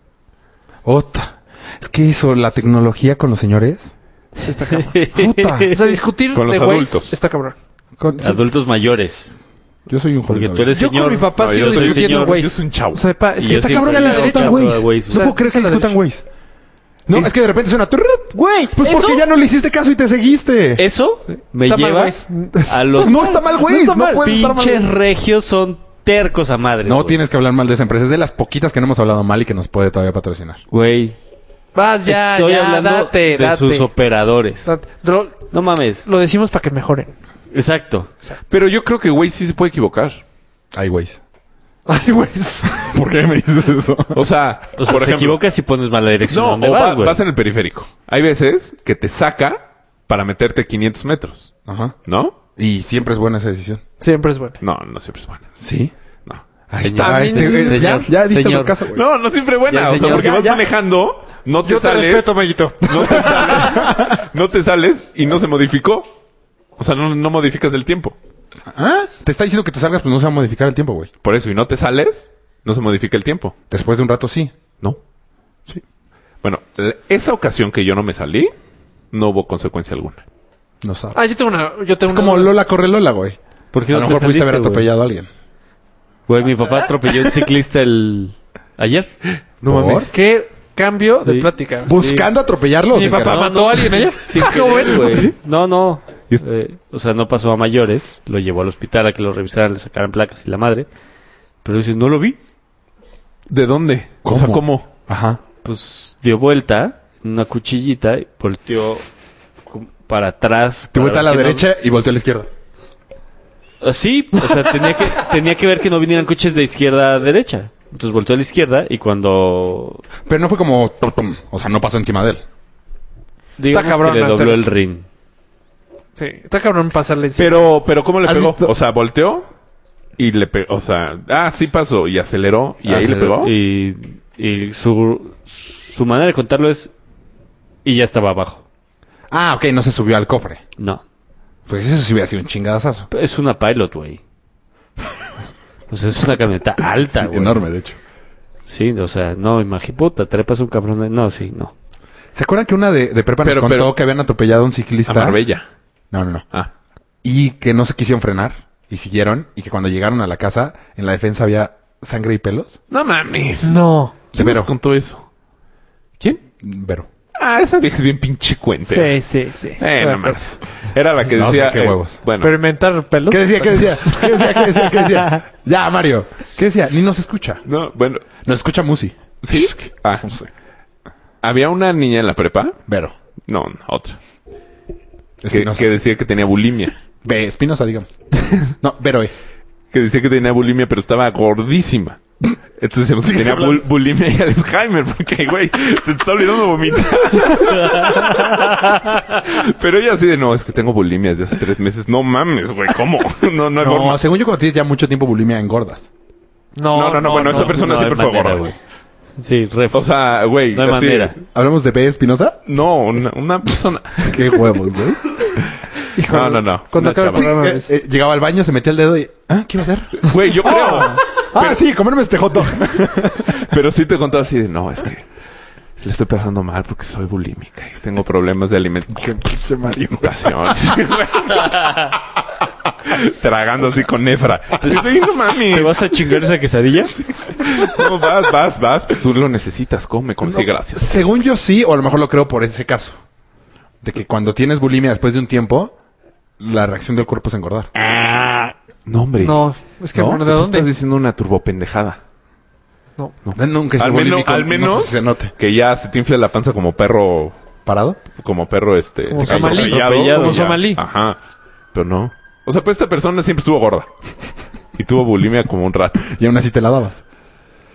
Ota. Es que hizo la tecnología con los señores.
Sí, está cabrón.
Puta.
O sea, discutir
Con los
de Waze
adultos.
está cabrón.
Con- sí,
Adultos mayores.
yo soy un
Porque
Pues
joven.
tú eres
Yo
señor.
con mi
Ah,
papá
No,
sigo
yo soy
discutiendo
señor.
Yo
Waze.
soy un chavo.
O sea, pa, es
Y
que
yo
está
sí
cabrón
soy
a la
un
derecha,
chavo.
güey.
güey.
güey.
O
No
sea,
puedo creer que
es a la
discutan güey. No, es que de repente suena... trrrrrrrrrrrrrrrrrrrrrrrrrrrrrrrr, Pues porque ya no le hiciste caso y te seguiste.
Eso me
Está mal,
lleva
Waze.
Eh, a los
no está mal, güey. No,
está mal,
puede estar mal.
pinches regios son tercos a madre.
No tienes que hablar mal de esa empresa. Es de las poquitas que no hemos hablado mal y que nos puede todavía patrocinar.
Güey,
Vas ya,
estoy
ya,
hablando
date,
de
date.
sus operadores.
Date. Lo,
No mames.
lo decimos para que mejoren.
Exacto.
Pero yo creo que güey sí se puede equivocar.
Ay, güey.
Ay, güey.
¿Por qué me dices eso?
O sea,
O
por
sea, te
ejemplo,
equivocas y pones mala dirección.
No,
¿Dónde
o va-
vas,
vas,
güey?
en el periférico. Hay veces que te saca para meterte 500 metros,
Ajá.
¿no?
Y siempre es buena esa decisión.
Siempre es bueno.
No, no siempre es buena.
Sí.
No.
Ahí
Señor.
está. este,
Señor.
eh, ya, ya diste
Señor.
tu caso, güey.
No, no siempre
Ya,
buena. o sea,
señor.
porque
Ya,
vas
ya.
manejando, no te sales.
Mellito.
no, te sales [laughs] no te sales y no se modificó. O sea, no, no modificas el tiempo.
¿Ah? Te está diciendo que te salgas, pues no se va a modificar el tiempo, güey.
Por eso, y no te sales, no se modifica el tiempo.
Después de un rato sí.
No.
Sí.
Bueno, l- esa ocasión que yo no me salí, no hubo consecuencia alguna.
No sabe.
Ah, yo tengo una. Yo tengo
es como
una-
Lola corre Lola, güey.
¿Por
A
qué
lo
no te
mejor pudiste haber
saliste, güey?
atropellado a alguien.
Güey,
[laughs]
mi papá atropelló a un ciclista el... Ayer.
No
mames.
¿Qué cambio
Sí.
de plática?
Buscando atropellarlo. o
Mi
sin
papá
querer?
mató a
[laughs]
alguien ayer.
Sin
Ah,
querer,
bueno.
güey. No, no.
Y es-
Eh, o sea, no pasó a mayores. Lo llevó al hospital a que lo revisaran, le sacaran placas y la madre. Pero dice, no lo vi.
¿De dónde? O sea,
¿Cómo?
¿cómo?
Ajá.
Pues dio vuelta, una cuchillita, y volteó como para atrás. para
Te vuelta a
ver
la
que no-
derecha y volteó a la izquierda.
Ah, Sí, o sea, tenía que, tenía que ver que no vinieran coches de izquierda a derecha. Entonces volteó a la izquierda y cuando...
Pero no fue como... tum, tum. O sea, no pasó encima de él.
Digamos
cabrón
que le
hacer
dobló el
eso.
ring.
Sí, está cabrón pasarle encima.
Pero, pero ¿cómo le
¿Has
pegó?
visto?
O sea, volteó y le pegó. O sea, ah, sí pasó y aceleró y ahí le
Aceleró.
pegó.
Y, y su, su manera de contarlo es... Y ya estaba abajo.
Ah, ok. No se subió al cofre.
No.
Pues eso sí hubiera sido un chingadazazo.
Es una pilot, güey. O sea, es una camioneta alta, güey.
Enorme, de hecho.
Sí, o sea, no, imagínate, puta, trepas un cabrón. de- No, sí, no.
¿Se acuerdan que una de, de prepa nos
Pero-
contó
pero-
que habían atropellado a un
A
ciclista?
Marbella.
No, no, no.
Ah.
Y que no se quisieron frenar y siguieron y que cuando llegaron a la casa en la defensa había sangre y pelos.
No mames.
No.
¿Quién
Vero.
nos contó eso? ¿Quién?
Pero
Ah, esa vieja es bien pinche cuenta.
Sí, sí, sí.
Eh, no mames. Era la que
No sé
decía...
qué
eh,
huevos.
bueno.
Pero inventar pelos.
¿Qué decía? ¿Qué decía? ¿Qué decía? ¿Qué decía?
[laughs]
¿Qué decía? Ya, Mario. ¿Qué decía? Ni nos escucha.
No, bueno.
Nos escucha Musi.
¿Sí? Ah. Había una niña en la prepa.
Vero.
No, no, otra. Que,
Espinosa.
que decía que tenía bulimia.
Ve, Espinosa, digamos. No, Vero. eh.
Que decía que tenía bulimia, pero estaba gordísima. Entonces decíamos que
Sí,
tenía
sí, hablando.
bul- bulimia y Alzheimer, porque, güey, se te está olvidando vomitar. pero ella así de, no, es que tengo bulimia desde hace tres meses. No mames, güey, ¿cómo? [laughs] No, no hay forma.
No, según yo cuando tienes ya mucho tiempo bulimia engordas.
No, no, no, bueno, esta persona
no hay
siempre fue
manera,
gorda.
güey. Sí, ref.
O sea, güey,
no hay
así-
manera.
¿Hablamos de B. Espinosa?
No, una, una persona.
Qué huevos, [laughs] güey.
No, no, no. Una
Cuando acabe el
chava.
programa.
Eh, eh, llegaba al baño, se metía el dedo y... ¿Ah, qué iba a hacer?
Güey, yo creo.
Ah, sí, comerme este [laughs] joto.
Pero sí te contaba así de, no, es que le estoy pasando mal porque soy bulímica y tengo problemas de alimentación. [laughs] Tragando así con nefra. Sí, güey, no mames.
¿Te vas a chingar esa quesadilla?
No, vas, vas, vas. Pues tú lo necesitas. Come, come. Sí, gracias.
Según yo sí, o a lo mejor lo creo por ese caso. De que cuando tienes bulimia después de un tiempo, la reacción del cuerpo es engordar.
Ah. No, hombre.
No, es que
No,
bueno, ¿de
Pues
dónde?
estás diciendo una turbopendejada.
Nunca he sido
Al, menos-
bulímico,
al
no
menos
sé si se note.
que ya se te infla la panza como perro,
¿Parado?
como perro este.
Como
atropellado,
somalí.
atropellado,
Como
ya.
somalí.
Ajá. Pero no. O sea, pues esta persona siempre estuvo gorda. Y tuvo bulimia como un rato.
Y aún así te la dabas.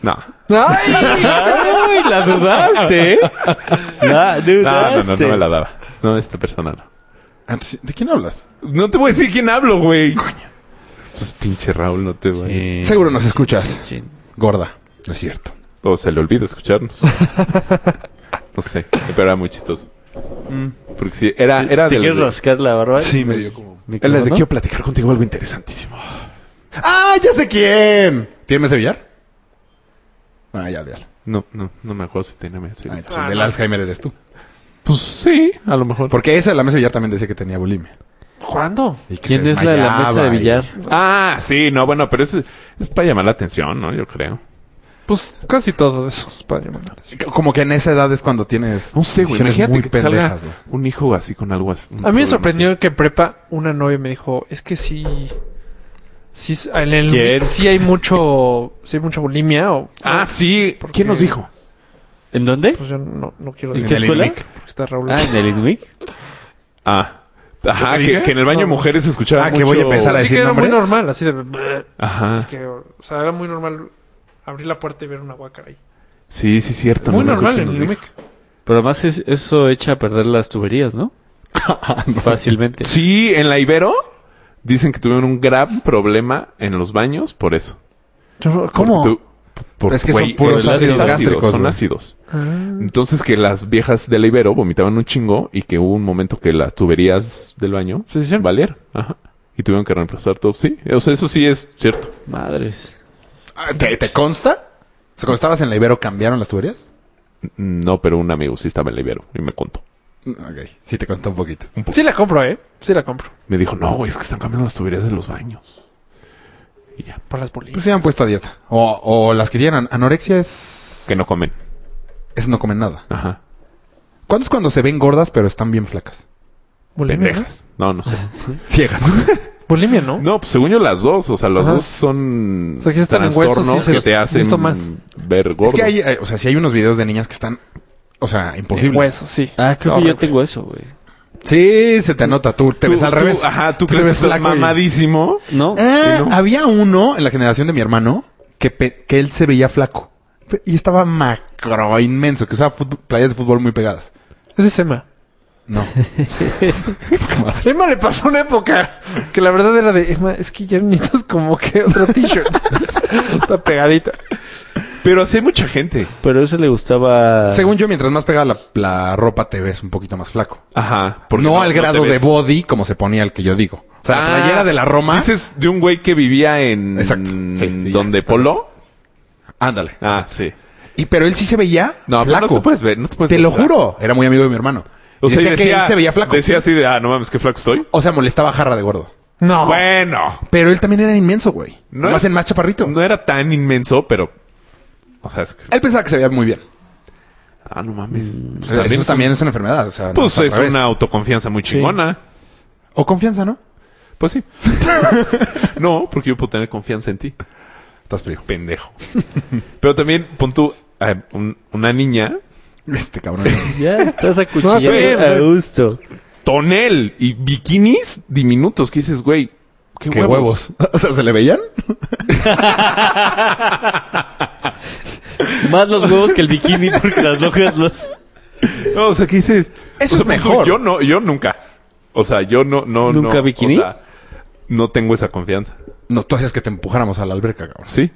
No.
¡Ay!
la dudaste. [laughs] La dudaste.
No, no, no, no me la daba. No, esta persona no.
Ah, entonces, ¿De quién hablas?
No te voy a decir quién hablo, güey. Coño. Pues pinche Raúl, no te voy a decir.
Eh,
Seguro nos escuchas.
sí.
Gorda. No es cierto.
O se le olvida [laughs] escucharnos. no sé, pero era muy chistoso.
Mm.
Porque sí, era, era
¿Te
de
quieres
los de-
rascar la barba?
Sí, me dio como...
era las de
¿Micrófono?
quiero platicar contigo algo interesantísimo.
¡Ah, ya sé quién! ¿Tiene mesa de billar? Ah, ya, ya.
No, no, no me acuerdo si tenía mesa de
Ah,
billar.
entonces el del Alzheimer eres tú.
Pues sí, a lo mejor.
Porque esa de la mesa de billar también decía que tenía bulimia.
¿Cuándo?
Y que
¿Quién
se
es la de la mesa de
desmayaba y-
billar?
Ah, sí, no, bueno, pero eso es, es para llamar la atención, ¿no? Yo creo.
Pues casi todos esos para llamar la atención.
Como que en esa edad es cuando tienes...
No sé, güey.
decisiones
Imagínate
muy
que te salga
pendejas, güey.
un hijo así con algo así. un
A mí me
problema
sorprendió
así.
que en prepa una novia me dijo, es que sí, sí, s- en el-
¿Quién?
sí hay mucho, sí hay mucha bulimia o...
Ah, sí.
¿Por
¿Quién
qué?
nos dijo?
¿En dónde?
Pues yo no, no quiero
¿En
decir
qué
el
escuela?
INMIC.
porque está Raúl.
Ah, en el INMIC.
Ah. Ajá,
te
que,
dije?
que en el baño de
No.
mujeres se escuchaba
Ah, que voy a
mucho-
empezar a-
Así
decir
que era muy
nombres?
normal, así de...
Ajá.
que, o sea, era muy normal abrir la puerta y ver una guacara ahí.
Sí, sí, cierto.
Muy
no me acuerdo
normal
quién
en
nos
el
dijo.
INMIC.
Pero además es- eso echa a perder las tuberías, [laughs] ¿no? Fácilmente.
Sí, en la Ibero dicen que tuvieron un gran problema en los baños por eso.
¿Cómo?
Porque tú- por-
Es que son
güey,
puros
el-
ácidos
gástricos,
Son
güey.
ácidos.
Ah,
Entonces que las viejas de la Ibero vomitaban un chingo y que hubo un momento que las tuberías del baño
Sí, sí, sí.
valieron. Ajá. Y tuvieron que reemplazar todo. Sí, o sea, eso sí es cierto.
Madres.
Ah, ¿Te, te consta? O sea, cuando estabas en la Ibero, ¿cambiaron las tuberías?
No, pero un amigo sí estaba en la Ibero y me contó.
Mm, Ok, sí te contó un poquito.
pues.
Sí la compro, ¿eh? Sí la compro.
Me dijo, no, güey, es que están cambiando las tuberías de los baños. Y ya.
Por las
Pues
bulimia.
se han puesto a dieta. O, o las que tienen an- anorexia es...
Que no comen.
Es no comen nada.
Ajá.
¿Cuándo es cuando se ven gordas pero están bien flacas?
Bulimia, ¿no?
Pendejas. No, no sé.
Ciegas.
Bulimia, ¿no?
No, pues según yo las dos. O sea, las
Ajá.
dos son
O sea, que están en huesos,
trastornos
sí, se
que te
los-
hacen
justo más.
ver gordo.
es que hay, eh, o sea, si hay unos videos de niñas que están, o sea, imposibles.
Pues,
Huesos, Eh, sí.
Ah, creo que
Horrible.
yo tengo eso, güey.
Sí, se te nota. Tú te
Tú-
ves al
tú-
revés.
Ajá, tú
te
crees que
ves
estás
flaco y-
mamadísimo.
¿No?
Ah,
Sí, ¿no?
Había uno en la generación de mi hermano que, pe- que él se veía flaco. Pe- Y estaba macro inmenso, que usaba fut- playas de fútbol muy pegadas.
Ese es Emma.
[laughs]
No.
Emma le pasó una época que la verdad era de Emma, es que ya necesitas como que otro t-shirt. [laughs] Está pegadita.
Pero así hay mucha gente.
Pero eso le gustaba...
Según yo, mientras más pegada la, la ropa, te ves un poquito más flaco.
Ajá.
No,
porque
al
te
grado de
ves.
body como se ponía el que yo digo. O sea, la
Ah,
playera de la Roma.
Dices de un güey que vivía en...
Exacto. Sí, sí,
¿Donde
ya.
Polo?
Ándale.
Ah, sí.
Y pero él sí se veía
No, pero
flaco.
no te puedes ver, no te puedes ver
lo
flaco.
juro. Pues Era muy amigo de mi hermano.
O sea,
decía, que
decía-
él se veía flaco.
Decía así de, ah, no mames, qué flaco estoy.
O sea, molestaba a Jarra de gordo.
No.
Bueno.
Pero él también era inmenso, güey.
No
No
era-
más en más chaparrito.
No era tan inmenso, pero... O sea, es que...
Él pensaba que se veía muy bien.
Ah, no mames.
O
Pues
sea,
también
Mm. eso
es
también es una enfermedad. O sea, no
Pues
al
es
revés.
una autoconfianza muy chingona.
O confianza, ¿no?
Pues
[laughs]
sí. [laughs] no, porque yo puedo tener confianza en ti,
Estás frío.
pendejo. Pero también pon tú eh, un- una niña,
Este cabrón. [laughs]
Ya [laughs] estás
No,
acuchillando
está
a [laughs]
bien,
gusto.
tonel y bikinis diminutos que dices, güey, qué,
Qué huevos. [laughs] O sea, ¿se le veían?
Más los huevos que el bikini porque las lojas los...
No, o sea, que dices,
Eso
o sea,
es
pon tú,
mejor.
yo no, yo nunca. O sea, yo no, no,
¿Nunca
no,
bikini?
o sea, no tengo esa confianza.
No, tú hacías que te empujáramos a la alberca, cabrón. [laughs]
Sí.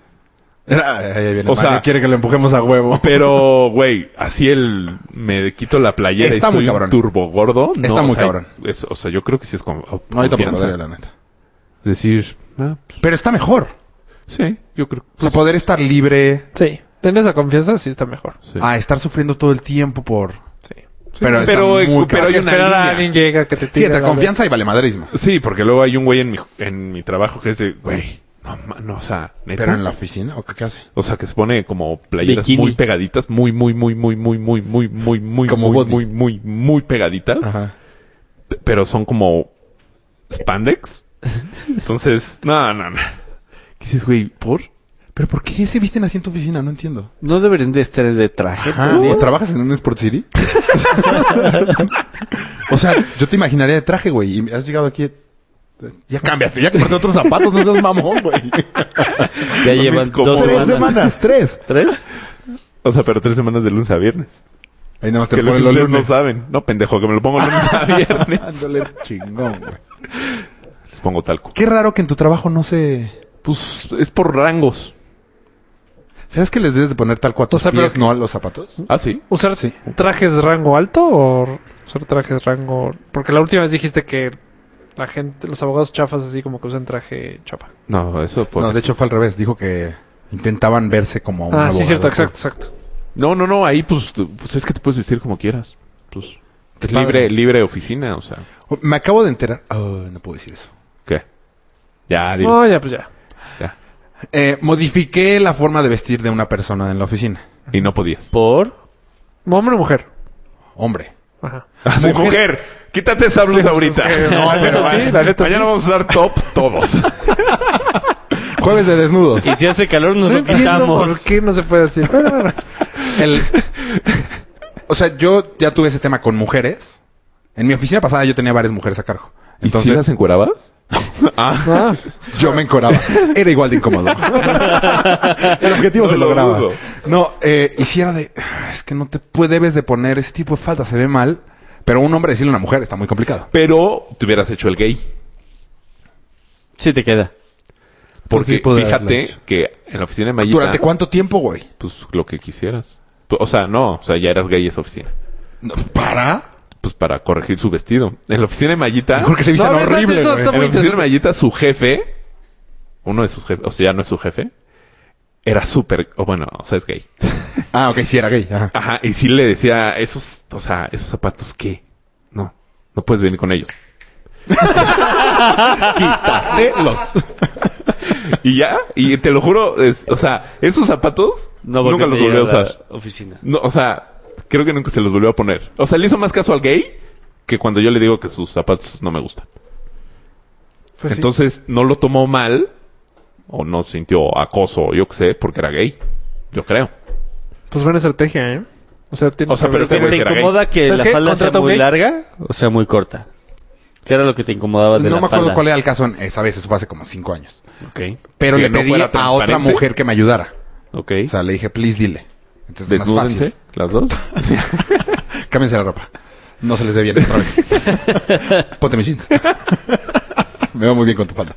Era, ahí viene.
O
O
sea-
sea, quiere que lo empujemos a huevo.
Pero, güey, así el me quito la playera
Está
y soy
muy cabrón.
un turbo gordo. No,
Está
o
muy
sea,
cabrón.
es- o sea, yo creo que sí es como
No, yo tampoco
confianza.
podría, la neta.
Decir, ah, pues,
Pero está mejor.
sí, yo creo. pues,
O sea, poder estar libre
Sí. Tener esa confianza sí está mejor.
Sí.
a estar sufriendo todo el tiempo por...
Sí.
Ah, Pero, está
Pero, eh,
muy
pero
cabrón.
hay una
Esperar a
línea.
alguien llega que te tire.
Sí, entre
la-
confianza y valemadrismo.
Sí, porque luego hay un güey en mi, en mi trabajo que es de, güey, no, ma- no, o sea, neta.
Pero en la oficina, ¿o qué, qué hace?
O sea, que se pone como playeras
Bikini.
muy pegaditas, muy, muy, muy, muy, muy, muy, muy, muy, muy,
Como
muy,
body.
muy, muy, muy pegaditas,
Ajá.
p- pero son como spandex. Entonces, no, no, no. ¿Qué dices, güey? ¿Por?
¿Pero por qué se visten así en tu oficina? No entiendo.
No deberían de estar de traje.
Ajá. ¿O Ah, trabajas en un Sport
[laughs]
City? o sea, yo te imaginaría de traje, güey. Y has llegado aquí... Ya cámbiate, ya compré otros zapatos, no seas mamón, güey.
Ya
Son
llevan
mis como-
dos
Tres
semanas.
semanas, tres.
¿Tres?
O sea, pero tres semanas de lunes a viernes.
Ahí nada más
Que
te
lo que
ponen los
ustedes no
lunes.
saben. No, pendejo, que me lo pongo
[laughs]
lunes a viernes.
Ándale, chingón, güey.
Les pongo talco.
Qué raro que en tu trabajo no se...
Pues es por rangos.
¿Sabes que les debes de poner tal cual a tus
sea, pero
pies,
que-
no a los zapatos?
Ah, sí.
¿Usar
Sí.
trajes de rango alto o usar trajes de rango...? Porque la última vez dijiste que la gente, los abogados chafas así como que usan traje chafa.
No, eso
Pues
fue.
No, de hecho fue al revés. Dijo que intentaban verse como un
ah, sí,
abogado.
cierto, exacto, exacto.
No, no, no, ahí pues, tú- pues es que te puedes vestir como quieras. Pues,
Qué
libre,
padre.
libre oficina, o sea.
Me acabo de enterar... Oh, no puedo decir eso.
¿Qué? Ya, dilo.
Ah.
No, ya, pues ya.
Eh, modifiqué la forma de vestir de una persona en la oficina.
Y no podías.
Por.
¿Hombre o mujer?
Hombre.
Ajá.
[laughs] Así, mujer, quítate esa blusa ahorita. [laughs]
No, pero sí, la neta sí.
Mañana vamos a usar top
[laughs]
todos.
Jueves de desnudos.
Y si hace calor, nos
No
lo
entiendo por
quitamos.
qué no se puede
[laughs]
decir. Pues Pero bueno.
El- O sea, yo ya tuve ese tema con mujeres. En mi oficina pasada yo tenía varias mujeres a cargo.
¿Y si las
Entonces [laughs]
encuerabas? ah,
Ah,
yo me encoraba. Era igual de incómodo. Ah, El
[laughs]
objetivo
No
se
lo
lograba.
dudo.
No, eh, y si era de... "Ah, Es que no te pu- debes de poner ese tipo de falda, se ve mal. Pero un hombre decirle a una mujer está muy complicado.
pero te hubieras hecho el gay.
Sí, te queda.
Porque
sí, pude haberlo
fíjate
hecho.
que en la oficina de Mayita,
¿Durante cuánto tiempo, güey?
pues lo que quisieras. Pu- O sea, no, o sea, ya eras gay esa oficina.
No, ¿Para?
Pues para corregir su vestido. En la oficina de Mayita,
Mejor que se vistan
No, espérate,
horrible,
eso
güey.
está
en
muy
la oficina de
interesante.
Mayita, su jefe, uno de sus jefes, o sea, ya no es su jefe, era súper, o bueno, o sea, es gay. [laughs]
Ah, ok, sí era gay. ajá.
Ajá, y sí le decía, esos, o sea, esos zapatos, ¿qué? No, no puedes venir con ellos. [laughs]
Quítatelos.
Y ya, y te lo juro, es- o sea, esos zapatos
No, porque
nunca los
te
volvió a
llega la
usar.
Oficina.
No, o sea, creo que nunca se los volvió a poner. O sea, le hizo más caso al gay que cuando yo le digo que sus zapatos no me gustan.
pues sí.
Entonces, no lo tomó mal o no sintió acoso, yo qué sé, porque era gay. Yo creo.
Pues buena estrategia, ¿eh? O sea, tienes
O sea,
que
pero
ver-
este
¿Te
güey era gay.
incomoda que
¿Sabes
la
qué?
falda sea
Contrata un
muy
gay.
larga o sea muy corta? ¿Qué era lo que te incomodaba de
No
la
me acuerdo
falda?
cuál era el caso en esa vez, eso fue hace como cinco años.
Ok,
Pero
Que
le
no
pedí
fuera
a otra
transparente.
mujer que me ayudara.
ok.
O sea, le dije, please dile. Entonces es más
Desnúdense
fácil.
las dos.
Cámbiense la ropa. No se les ve bien otra vez.
[laughs]
Ponte mis jeans. [laughs] me va muy bien con tu falda.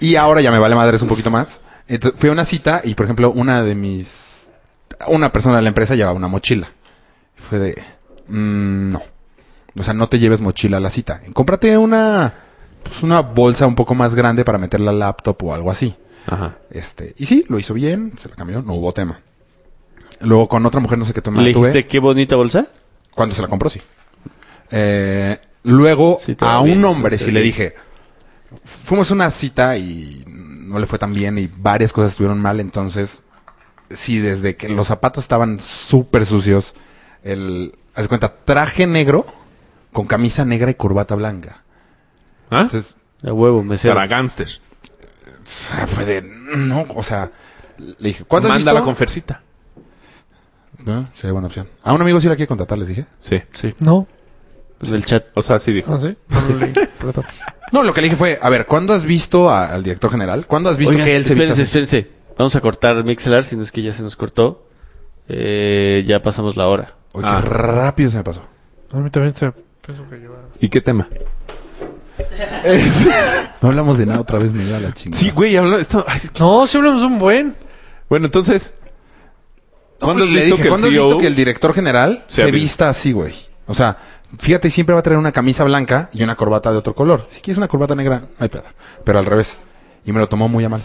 y ahora ya me vale madres un poquito más. Entonces, fui a una cita y, por ejemplo, una de mis... Una persona de la empresa llevaba una mochila. Fue de... "Mm, no. O sea, no te lleves mochila a la cita. Cómprate una... Pues una bolsa un poco más grande para meter la laptop o algo así.
Ajá.
Este, y sí, lo hizo bien, se la cambió, no hubo tema. Luego con otra mujer, no sé qué tema
¿Le
tuve.
dijiste qué bonita bolsa?
Cuando se la compró, sí. Eh, luego
Sí,
a
todavía,
un
sí, sí,
hombre sí
sí.
le dije, fuimos a una cita y no le fue tan bien y varias cosas estuvieron mal, entonces sí, desde que los zapatos estaban súper sucios, el, haz de cuenta, traje negro con camisa negra y corbata blanca.
¿Ah?
Entonces,
A huevo, me sé.
Para gánster.
ah, fue de, no, o sea, le dije, ¿cuánto has
Manda la
visto?"
confercita.
Ah, Sería buena opción. A un amigo sí la quiere contratar, les dije.
Sí.
Sí,
No.
pues el chat.
O sea, sí dijo.
Ah, sí. No lo leí, [laughs] perdón.
No, lo que le dije fue, a ver, ¿cuándo has visto a- al director general? ¿Cuándo has visto
Oigan,
que él se viste
espérense,
así?
espérense. Vamos a cortar Mixelar, si no es que ya se nos cortó. Eh, ya pasamos la hora.
Oye,
Ah.
qué rápido se me pasó.
A mí también se... Pienso que yo...
¿Y qué tema?
No hablamos de nada otra vez, me da la chingada.
Sí, güey, habló. esto- ay, es que-
No, si hablamos un buen.
Bueno, entonces. ¿Cuándo has
le
visto que
dije,
el
¿cuándo has
CEO
visto que el director general
se
se,
ha vi-
vista así, güey? O sea, fíjate, siempre va a traer una camisa blanca y una corbata de otro color. Si quieres una corbata negra, no hay pedo. Pero al revés. Y me lo tomó muy a mal.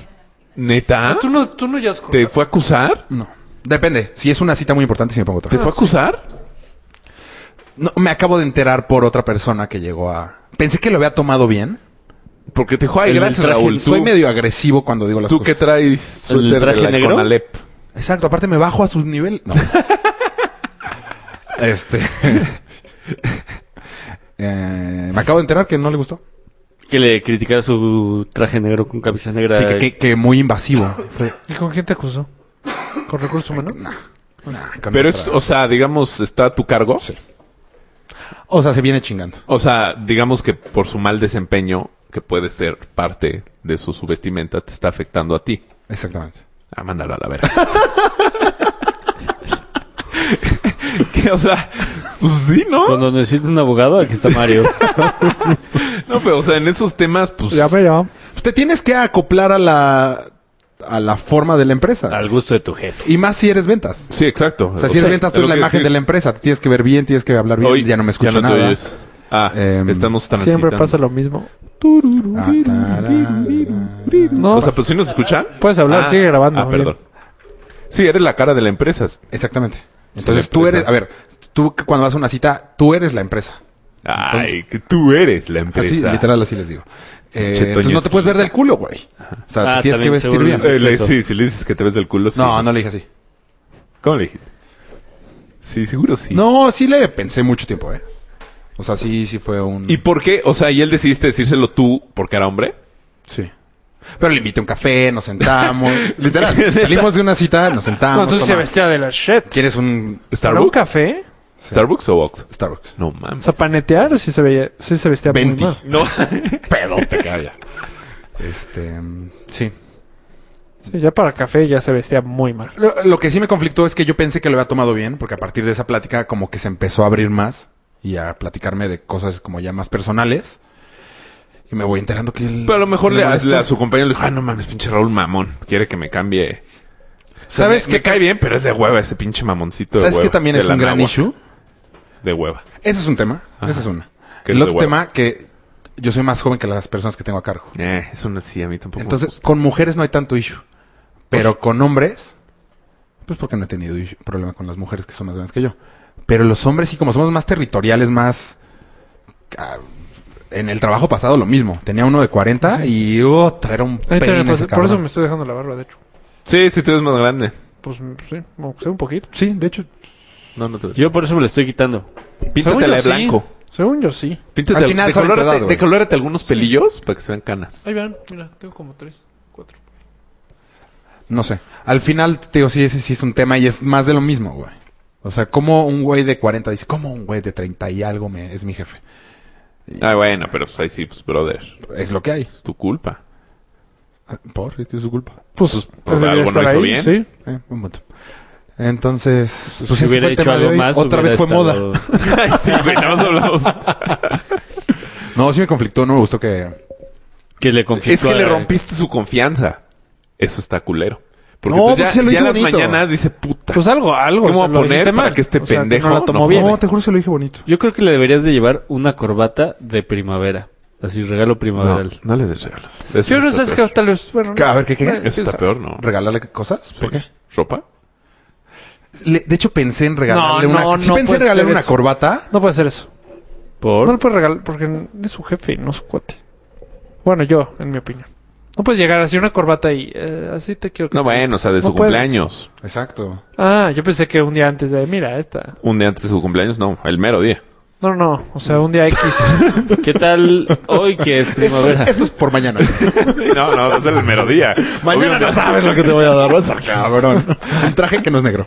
¿Neta?
Tú no, tú no ya has
¿Te fue a acusar?
No. Depende. Si es una cita muy importante, si me pongo otra.
¿Te fue a acusar?
No, me acabo de enterar por otra persona que llegó a... Pensé que lo había tomado bien.
Porque te dijo, ay,
El del
gracias,
traje,
Raúl. Tú,
Soy medio agresivo cuando digo las
tú que
cosas.
traes suéter
traje
de la
negro?
Conalep.
Exacto, aparte me bajo a sus niveles.
[laughs]
No. este. [laughs] Eh, me acabo de enterar que no le gustó.
Que le criticara su traje negro con camisa negra.
Sí, que, que- que muy invasivo. Fue-
¿Y con quién te acusó? ¿Con recursos humanos?
nah, con
Pero es,
otra-
o sea, digamos, está a tu cargo.
Sí. o sea, se viene chingando.
O sea, digamos que por su mal desempeño, que puede ser parte de su subestimenta, te está afectando a ti.
Exactamente.
Ah, mándalo a la verga. [laughs] que, o sea, pues sí, ¿no?
Cuando necesito un abogado, aquí está
[laughs]
Mario.
No, pero, o sea, en esos temas, pues...
veo.
Te tienes que acoplar a la a la forma de la empresa.
Al gusto de tu jefe.
Y más si eres ventas.
Sí, exacto.
O sea, si eres ventas,
es
tú
lo
eres la
que
imagen
decir.
de la empresa. Tienes que ver bien, tienes que hablar bien.
Hoy
ya no me escucho
te
nada.
oyes. Ah,
Em,
estamos transitando.
Siempre pasa lo mismo.
Ah, tarara.
No,
O sea, pues si nos escuchan.
puedes hablar,
Ah,
sigue grabando.
Ah,
bien.
perdón. Sí, eres la cara de la empresa.
Exactamente. Entonces
la
tú
empresa.
eres, a ver, tú que cuando vas a una cita, tú eres la empresa.
Ay, que tú eres la empresa.
Así, literal, así les digo. Eh,
Che,
entonces
Toño
no te puedes ver del culo, güey. O sea,
Ah,
te tienes que
también,
vestir
seguro
bien.
Eh, le-
eso.
sí, si le dices que te ves del culo, sí.
No, no le dije así.
¿Cómo le dijiste? Sí, seguro sí.
No, sí le pensé mucho tiempo, eh. O sea, sí, sí fue un...
¿Y por qué? O sea, ¿y él decidiste decírselo tú porque era hombre?
Sí. Pero le invité a un café, nos
[laughs]
sentamos. Literal. Salimos de una cita, nos sentamos.
No, entonces se
toma.
vestía de la shit.
¿Quieres un
¿Para
Ah, ¿Starbucks?
un café?
¿Starbucks o Ox?
Starbucks?
No
O
mames.
sea, panetear sí se, veía, sí se vestía muy
Venti.
mal.
No.
Pedote que había. Este... mm, Sí.
Sí, ya para café ya se vestía muy mal.
Lo, lo que sí me conflictó es que yo pensé que lo había tomado bien, porque a partir de esa plática como que se empezó a abrir más y a platicarme de cosas como ya más personales. Y me voy enterando que él...
Pero a lo mejor
que
le, a,
molesta.
le- a su compañero le dijo, ah, no mames, pinche Raúl mamón. Quiere que me cambie.
¿Sabes
¿Sabes
qué?
que cae bien, pero es de hueva ese pinche mamoncito. de
¿Sabes
hueva,
qué también
de
es
la
un gran
nagua,
issue?
De hueva.
Ese es un tema. Ese es una.
Que
El
es de
otro
hueva.
tema que yo soy más joven que las personas que tengo a cargo.
Eh, eso no sí, a mí tampoco. me
Pues,
Entonces,
gusta.
con mujeres no hay tanto issue. Pero con hombres, pues porque no he tenido issue- problema con las mujeres que son más grandes que yo. Pero los hombres sí, como somos más territoriales, más... ah, En el trabajo pasado lo mismo. Tenía uno de 40 y otra era un
Ahí te-
peine
pues,
ese
por eso
cabrón.
me estoy dejando la barba, de hecho.
Sí, sí, te ves más grande.
Pues sí, aunque sea un poquito.
Sí, de hecho.
No, no te ves.
Yo por eso me lo estoy quitando.
Píntatela de
Según yo, sí.
blanco.
Según yo, sí.
Píntate,
Al final saben tu edad,
decolórate,
güey.
decolórate algunos pelillos para que se vean canas.
Ahí vean, mira, tengo como tres, cuatro.
No sé. Al final, te digo, sí, ese sí es un tema y es más de lo mismo, güey. O sea, como un güey de 40 dice, como un güey de 30 y algo me, es mi jefe?
Ah, bueno, pero pues ahí sí, pues, brother,
Es lo que hay. Ah,
es tu culpa.
Por, es su culpa.
Pues,
pues,
debería
algo no
estar
hizo bien.
Sí.
Eh, buen punto. Entonces, pues,
si
ese
hubiera
fue el
hecho
tema de
algo
hoy.
más.
Otra vez fue moda.
[laughs] Ay, sí, güey, nada más hablamos.
No, sí me conflictó, no me gustó que.
Que le conflictó.
[laughs] es que
a-
le rompiste su confianza. Eso está culero. Porque
No,
tú
porque
ya,
se lo
ya
hizo
las
bonito.
mañanas dice puta.
Pues algo, algo.
¿Cómo
o sea,
a
lo
poner
dijiste
para
mal.
que este
O sea,
pendejo
no la tomó
no
bien.
jode?
No, te juro, se lo dije bonito.
Yo creo que le deberías de llevar una corbata de primavera. Así, regalo
no,
primaveral.
no les des regalos. Eso
Yo no
está
sé, es que
peor.
tal vez, bueno, no.
A ver, ¿qué, qué?
Eso está peor, ¿no?
¿Regalarle cosas? ¿Por qué?
¿Ropa?
Le- de hecho, pensé en regalarle
No,
una.
no,
sí
no
pensé
puede
en regalarle
ser
una
eso.
corbata.
No puede ser eso. No le
¿Por?
puedes regalar porque es su jefe, no su cuate. Bueno, yo, en mi opinión. No puedes llegar así una corbata y eh, así te quiero que
No,
te
bueno, o
vistas.
sea, de
No
su
puedes.
cumpleaños.
Exacto.
Ah, yo pensé que un día antes de, mira, esta.
Un día antes de su cumpleaños, no, el mero día.
No, no, o sea, un día
[laughs]
X.
¿Qué tal hoy que es
Esto,
primavera?
esto es por mañana.
no, no, es el mero día.
mañana no sabes lo que te voy a dar. Vas a cabrón. Un traje que no
[laughs]
es negro.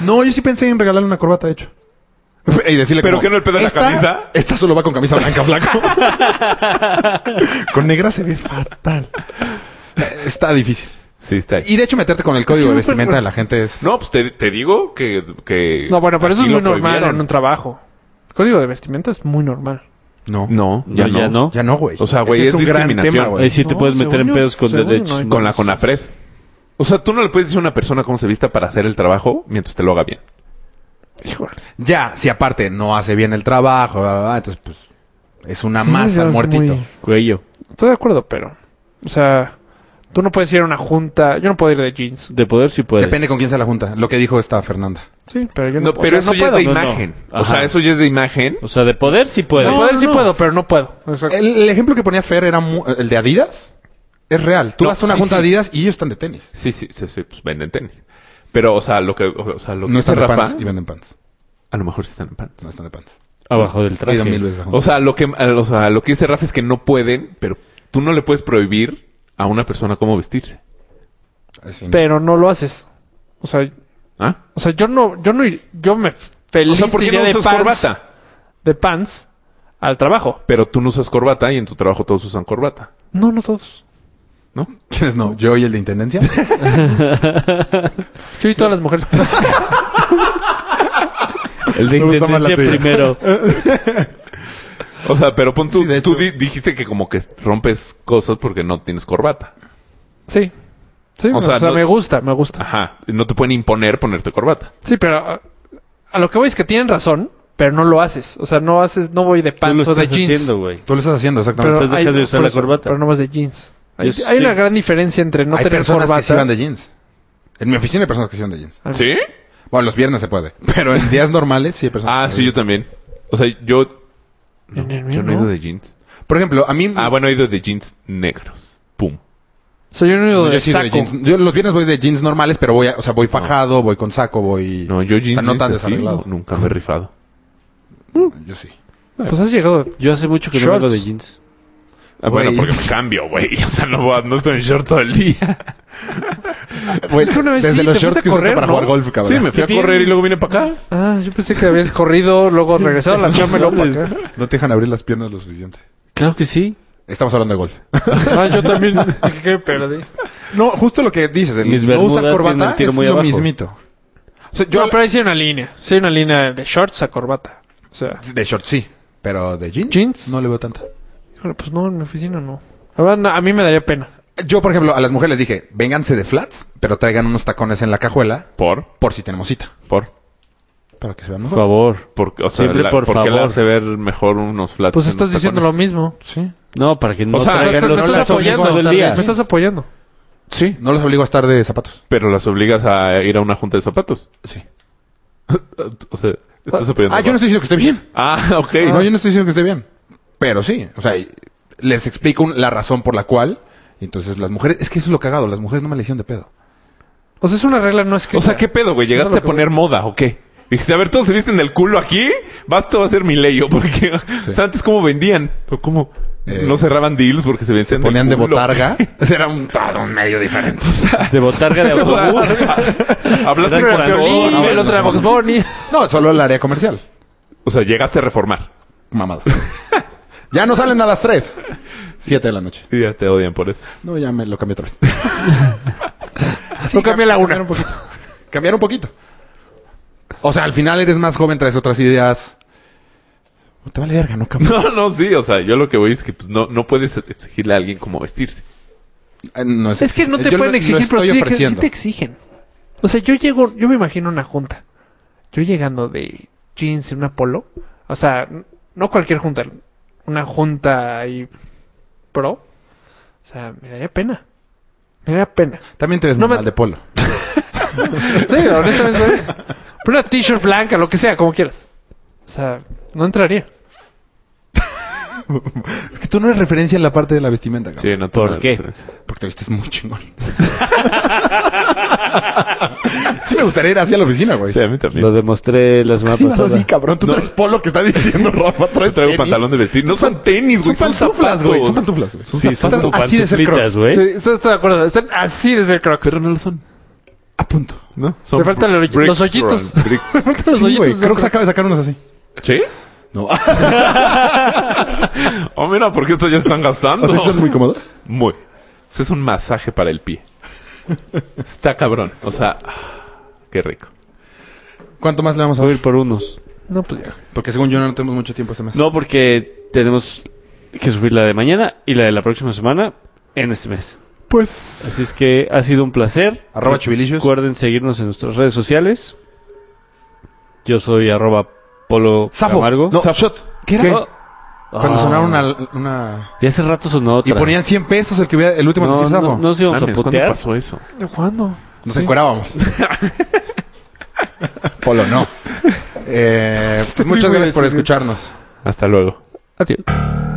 no, yo sí pensé en regalarle una corbata, de hecho. Y decirle
¿Pero
como,
que no el pedo de la
"Esta-
camisa?"
Esta solo va con camisa blanca, blanco.
[laughs]
con negra se ve fatal. Está difícil.
Sí, está ahí.
Y de hecho, meterte con el código de vestimenta de la gente es.
No, pues te, te digo que, que...
No, bueno, pero eso es
aquí
muy
lo
normal
prohibieron.
en un trabajo. El código de vestimenta es muy normal.
No.
No, ya no.
ya no.
Ya no, güey.
O sea, güey,
Ese
es discriminación.
Ahí sí te
No,
puedes meter en
según yo-
pedos con
según yo
derechos.
no hay-
humanos.
Con la Conapred. O sea, tú no le puedes decir a una persona cómo se vista para hacer el trabajo mientras te lo haga bien.
Híjole.
Ya, si aparte no hace bien el trabajo, bla, bla, bla, entonces pues es una
Sí,
masa
ya
el
es
muertito.
muy-
Cuello.
Estoy de acuerdo, pero. O sea, tú no puedes ir a una junta. Yo no puedo ir de jeans.
De poder sí puedes.
Depende con quién sea la junta. Lo que dijo esta Fernanda.
Sí, pero yo no,
No,
o
pero
sea,
eso
no
ya es
puedo.
de
no, no.
imagen. O
Ajá.
sea, eso ya es de imagen.
O sea, de poder sí puedes.
De
No,
poder sí
no.
puedo, pero no puedo. O sea,
El, el ejemplo que ponía Fer era mu- el de Adidas. Es real. Tú
No,
vas a una
sí,
junta
sí.
de Adidas y ellos están de tenis.
Sí, sí, sí, sí, pues venden tenis. Pero, o sea, lo que, o sea, lo que
No
dice
están de
Rafa,
pants y venden pants.
a lo mejor sí están en pants.
No están de pants.
Abajo del
He
traje.
ido mil veces a
O
juntas.
sea, lo que, o sea, lo que dice Rafa es que no pueden, pero tú no le puedes prohibir a una persona cómo vestirse.
Así. [laughs]
pero no lo haces. O sea,
¿Ah?
o sea, yo no, yo no, ir- yo me
O
feliz
sea, ¿por qué
iría
no
de
usas
pants-
corbata?
De pants al trabajo.
Pero tú no usas corbata y en tu trabajo todos usan corbata,
No, no todos.
¿no?
¿Quiénes no? Yo y el de [laughs] intendencia.
Yo y todas
[laughs]
las mujeres.
El de
Me gusta más la
intendencia
tuya.
primero.
O sea, pero pon tú,
Sí, de
tú
hecho.
di- dijiste que como que rompes cosas porque no tienes corbata.
Sí. Sí,
O
o sea,
sea, no-
me gusta, me gusta.
Ajá. No te pueden imponer ponerte corbata.
Sí, pero a, a lo que voy es que tienen razón, pero no lo haces. O sea, no haces, no voy de
Tú
pants
lo
o de
estás
jeans.
haciendo, güey.
Tú lo estás haciendo,
pero
exactamente.
estás dejando
hay-
de usar
por
la
eso,
corbata.
Pero no vas de jeans. Hay,
Yo
hay
sí.
una gran diferencia entre no
Hay
tener
personas
corbata.
que se iban de jeans. En mi oficina hay personas que se iban de jeans.
Ah.
¿Sí?
Bueno, los viernes se puede. Pero en días normales sí hay personas.
Ah,
que se
sí, yo
van de
también. O sea, yo...
En el mío,
Yo no he
¿no?
ido de jeans.
jeans. Por ejemplo, a mí...
Ah, bueno, he ido de jeans negros. Pum.
Soy el único
No,
de
yo, sí voy
saco.
de jeans. Yo los viernes voy de jeans normales, pero voy, a- o sea, voy fajado, voy con saco, voy...
No, yo jeans...
O sea, no tan
así,
desarreglado.
Nunca me he rifado.
Mm. Yo sí.
Pues has llegado.
Yo hace mucho que no
Shorts.
vengo de jeans.
Ah, bueno,
Güey.
porque me cambio, güey. [laughs] O sea, no, voy a- no estoy en short todo el día.
Güey,
que una vez
desde
sí,
los
te
shorts
fuiste
que
a
usaste
correr,
para
¿no?
jugar golf, cabrón.
Sí, me fui a correr y luego vine para acá.
Ah, yo pensé que habías corrido, [laughs] luego regresado a la chamba y luego para acá.
No te dejan abrir las piernas lo suficiente.
Claro que sí.
Estamos hablando de golf.
[laughs] Ah, yo también. Dije que me perdí.
No, justo lo que dices. El
Mis
no usar
bermudas tienen
corbata
el tiro
es
muy
lo
abajo.
mismito. O sea, yo...
No, pero ahí sí hay una línea. Sí hay una línea de shorts a corbata. O sea,
De shorts sí, pero de jeans...
Jeans.
No le veo tanta.
híjole, pues no, en mi oficina no. La verdad, no, a mí me daría pena.
Yo, por ejemplo, a las mujeres les dije, vénganse de flats, pero traigan unos tacones en la cajuela
Por,
por si tenemos cita.
por,
Para que se vean
Por
mejor.
favor.
por, o sea,
Siempre
la-
por
¿por qué le
favor.
hace ver mejor unos flats?
Pues
en
estás
los
diciendo lo
tacones?
mismo.
Sí.
No, para que no
O sea,
traigan
no
los
estás
tacones
apoyando,
todo el
tal
día.
Me estás apoyando.
Sí,
No los obligo a estar de zapatos.
pero las obligas a ir a una junta de zapatos. Ah,
Sí.
O sea, estás apoyando.
Ah, yo no estoy diciendo que esté bien.
Ah, [laughs] ok.
No, yo no estoy diciendo que esté bien. Pero sí. O sea, y- les explico un- la razón por la cual. y Entonces, las mujeres... Es que eso es lo cagado. Las mujeres no me le hicieron de pedo.
O sea, es una regla no escrita.
O sea, ¿qué pedo, güey? ¿Llegaste
No, lo
a poner moda o qué? Dijiste, a ver, todos se visten del culo aquí. Basta va a ser mi leyo. Porque [laughs] o sea, antes, ¿cómo vendían? ¿O cómo?
Eh,
no cerraban deals porque se vencían. del
Ponían de
culo. [laughs]
botarga. [laughs] Ese era un, todo un medio diferente.
De botarga de
O
autobús.
sea, [laughs] Hablaste
Era
con
por
el
algo,
violín,
no,
el
el
otro era
otro era
Vox
Box
Bunny.
Bunny.
No, solo el área comercial.
O sea, llegaste a reformar.
Mamada. ya no salen a las 3. 7 de la noche.
Y ya te odian por eso. [laughs]
No, ya me lo cambié otra vez.
No cambié la una.
Cambiar un poquito. Cambiar un poquito. O sea, al final eres más joven, traes otras ideas. No Te vale verga, no cambias.
No, no, sí. O sea, yo lo que voy es que pues, no, no puedes exigirle a alguien cómo vestirse.
Eh, no
Es que no te
yo lo-
pueden
lo
exigir,
estoy
pero tiene que, sí
ofreciendo.
te exigen. O sea, yo llego, yo me imagino una junta. Yo llegando de jeans y una polo. O sea, n- no cualquier junta. Una junta y pro. O sea, me daría pena. Me daría pena.
También te ves
No
muy
me-
mal de polo. [laughs]
Sí, honestamente. Pero una t-shirt blanca, lo que sea, como quieras. O sea, no entraría.
Es que tú no eres referencia en la parte de la vestimenta, cabrón.
Sí, no te
¿Por
van a-
qué?
Porque te vistes muy chingón. [laughs] sí me gustaría ir así a la oficina, güey.
Sí, a mí también. [laughs]
Lo demostré la semana
Sí, vas
pasada.
así, cabrón. Tú traes polo que está diciendo Rafa. Traes
Traigo
tenis.
pantalón de vestir. No son tenis, güey.
Son pantuflas, güey. Son pantuflas, güey.
Sí, son
zapatos. Así de ser
pantuflitas,
crocs.
güey.
Sí, estoy estoy de acuerdo. Están así de ser crocs.
Pero no lo son.
A punto.
¿No? Son
Le faltan los-
bricks
los hoyitos.
run- bricks.
[laughs] Los
Sí,
hoyitos
güey.
de
Creo que
crocs.
se acaba de sacar unos así.
¿Sí?
[laughs] No.
Oh, mira, porque estos ya se están gastando.
O sea, son muy cómodos.
Muy. Este es un masaje para el pie. Está cabrón. O sea, qué rico.
¿Cuánto más le vamos a
Voy a
ver?
ir por unos.
No, pues ya.
Porque según yo no tenemos mucho tiempo este mes.
No, porque tenemos que subir la de mañana y la de la próxima semana en este mes.
Pues.
Así es que ha sido un placer.
Arroba chubilicious.
Recuerden seguirnos en nuestras redes sociales. Yo soy arroba polo
Zafo.
Camargo.
No,
Zafo.
shot. ¿Qué era? Oh.
¿Qué?
Cuando
Ah.
sonaron una, una-
Y hace rato sonó otra.
Y ponían 100 pesos el que hubiera- el último en
no,
decir
no,
zafo.
no se íbamos a
Mames, ¿Cuándo
putear.
pasó eso?
¿De cuándo?
Nos
[laughs]
encuerábamos. Polo, no. Eh, pues muchas gracias por escucharnos.
Hasta luego.
Adiós.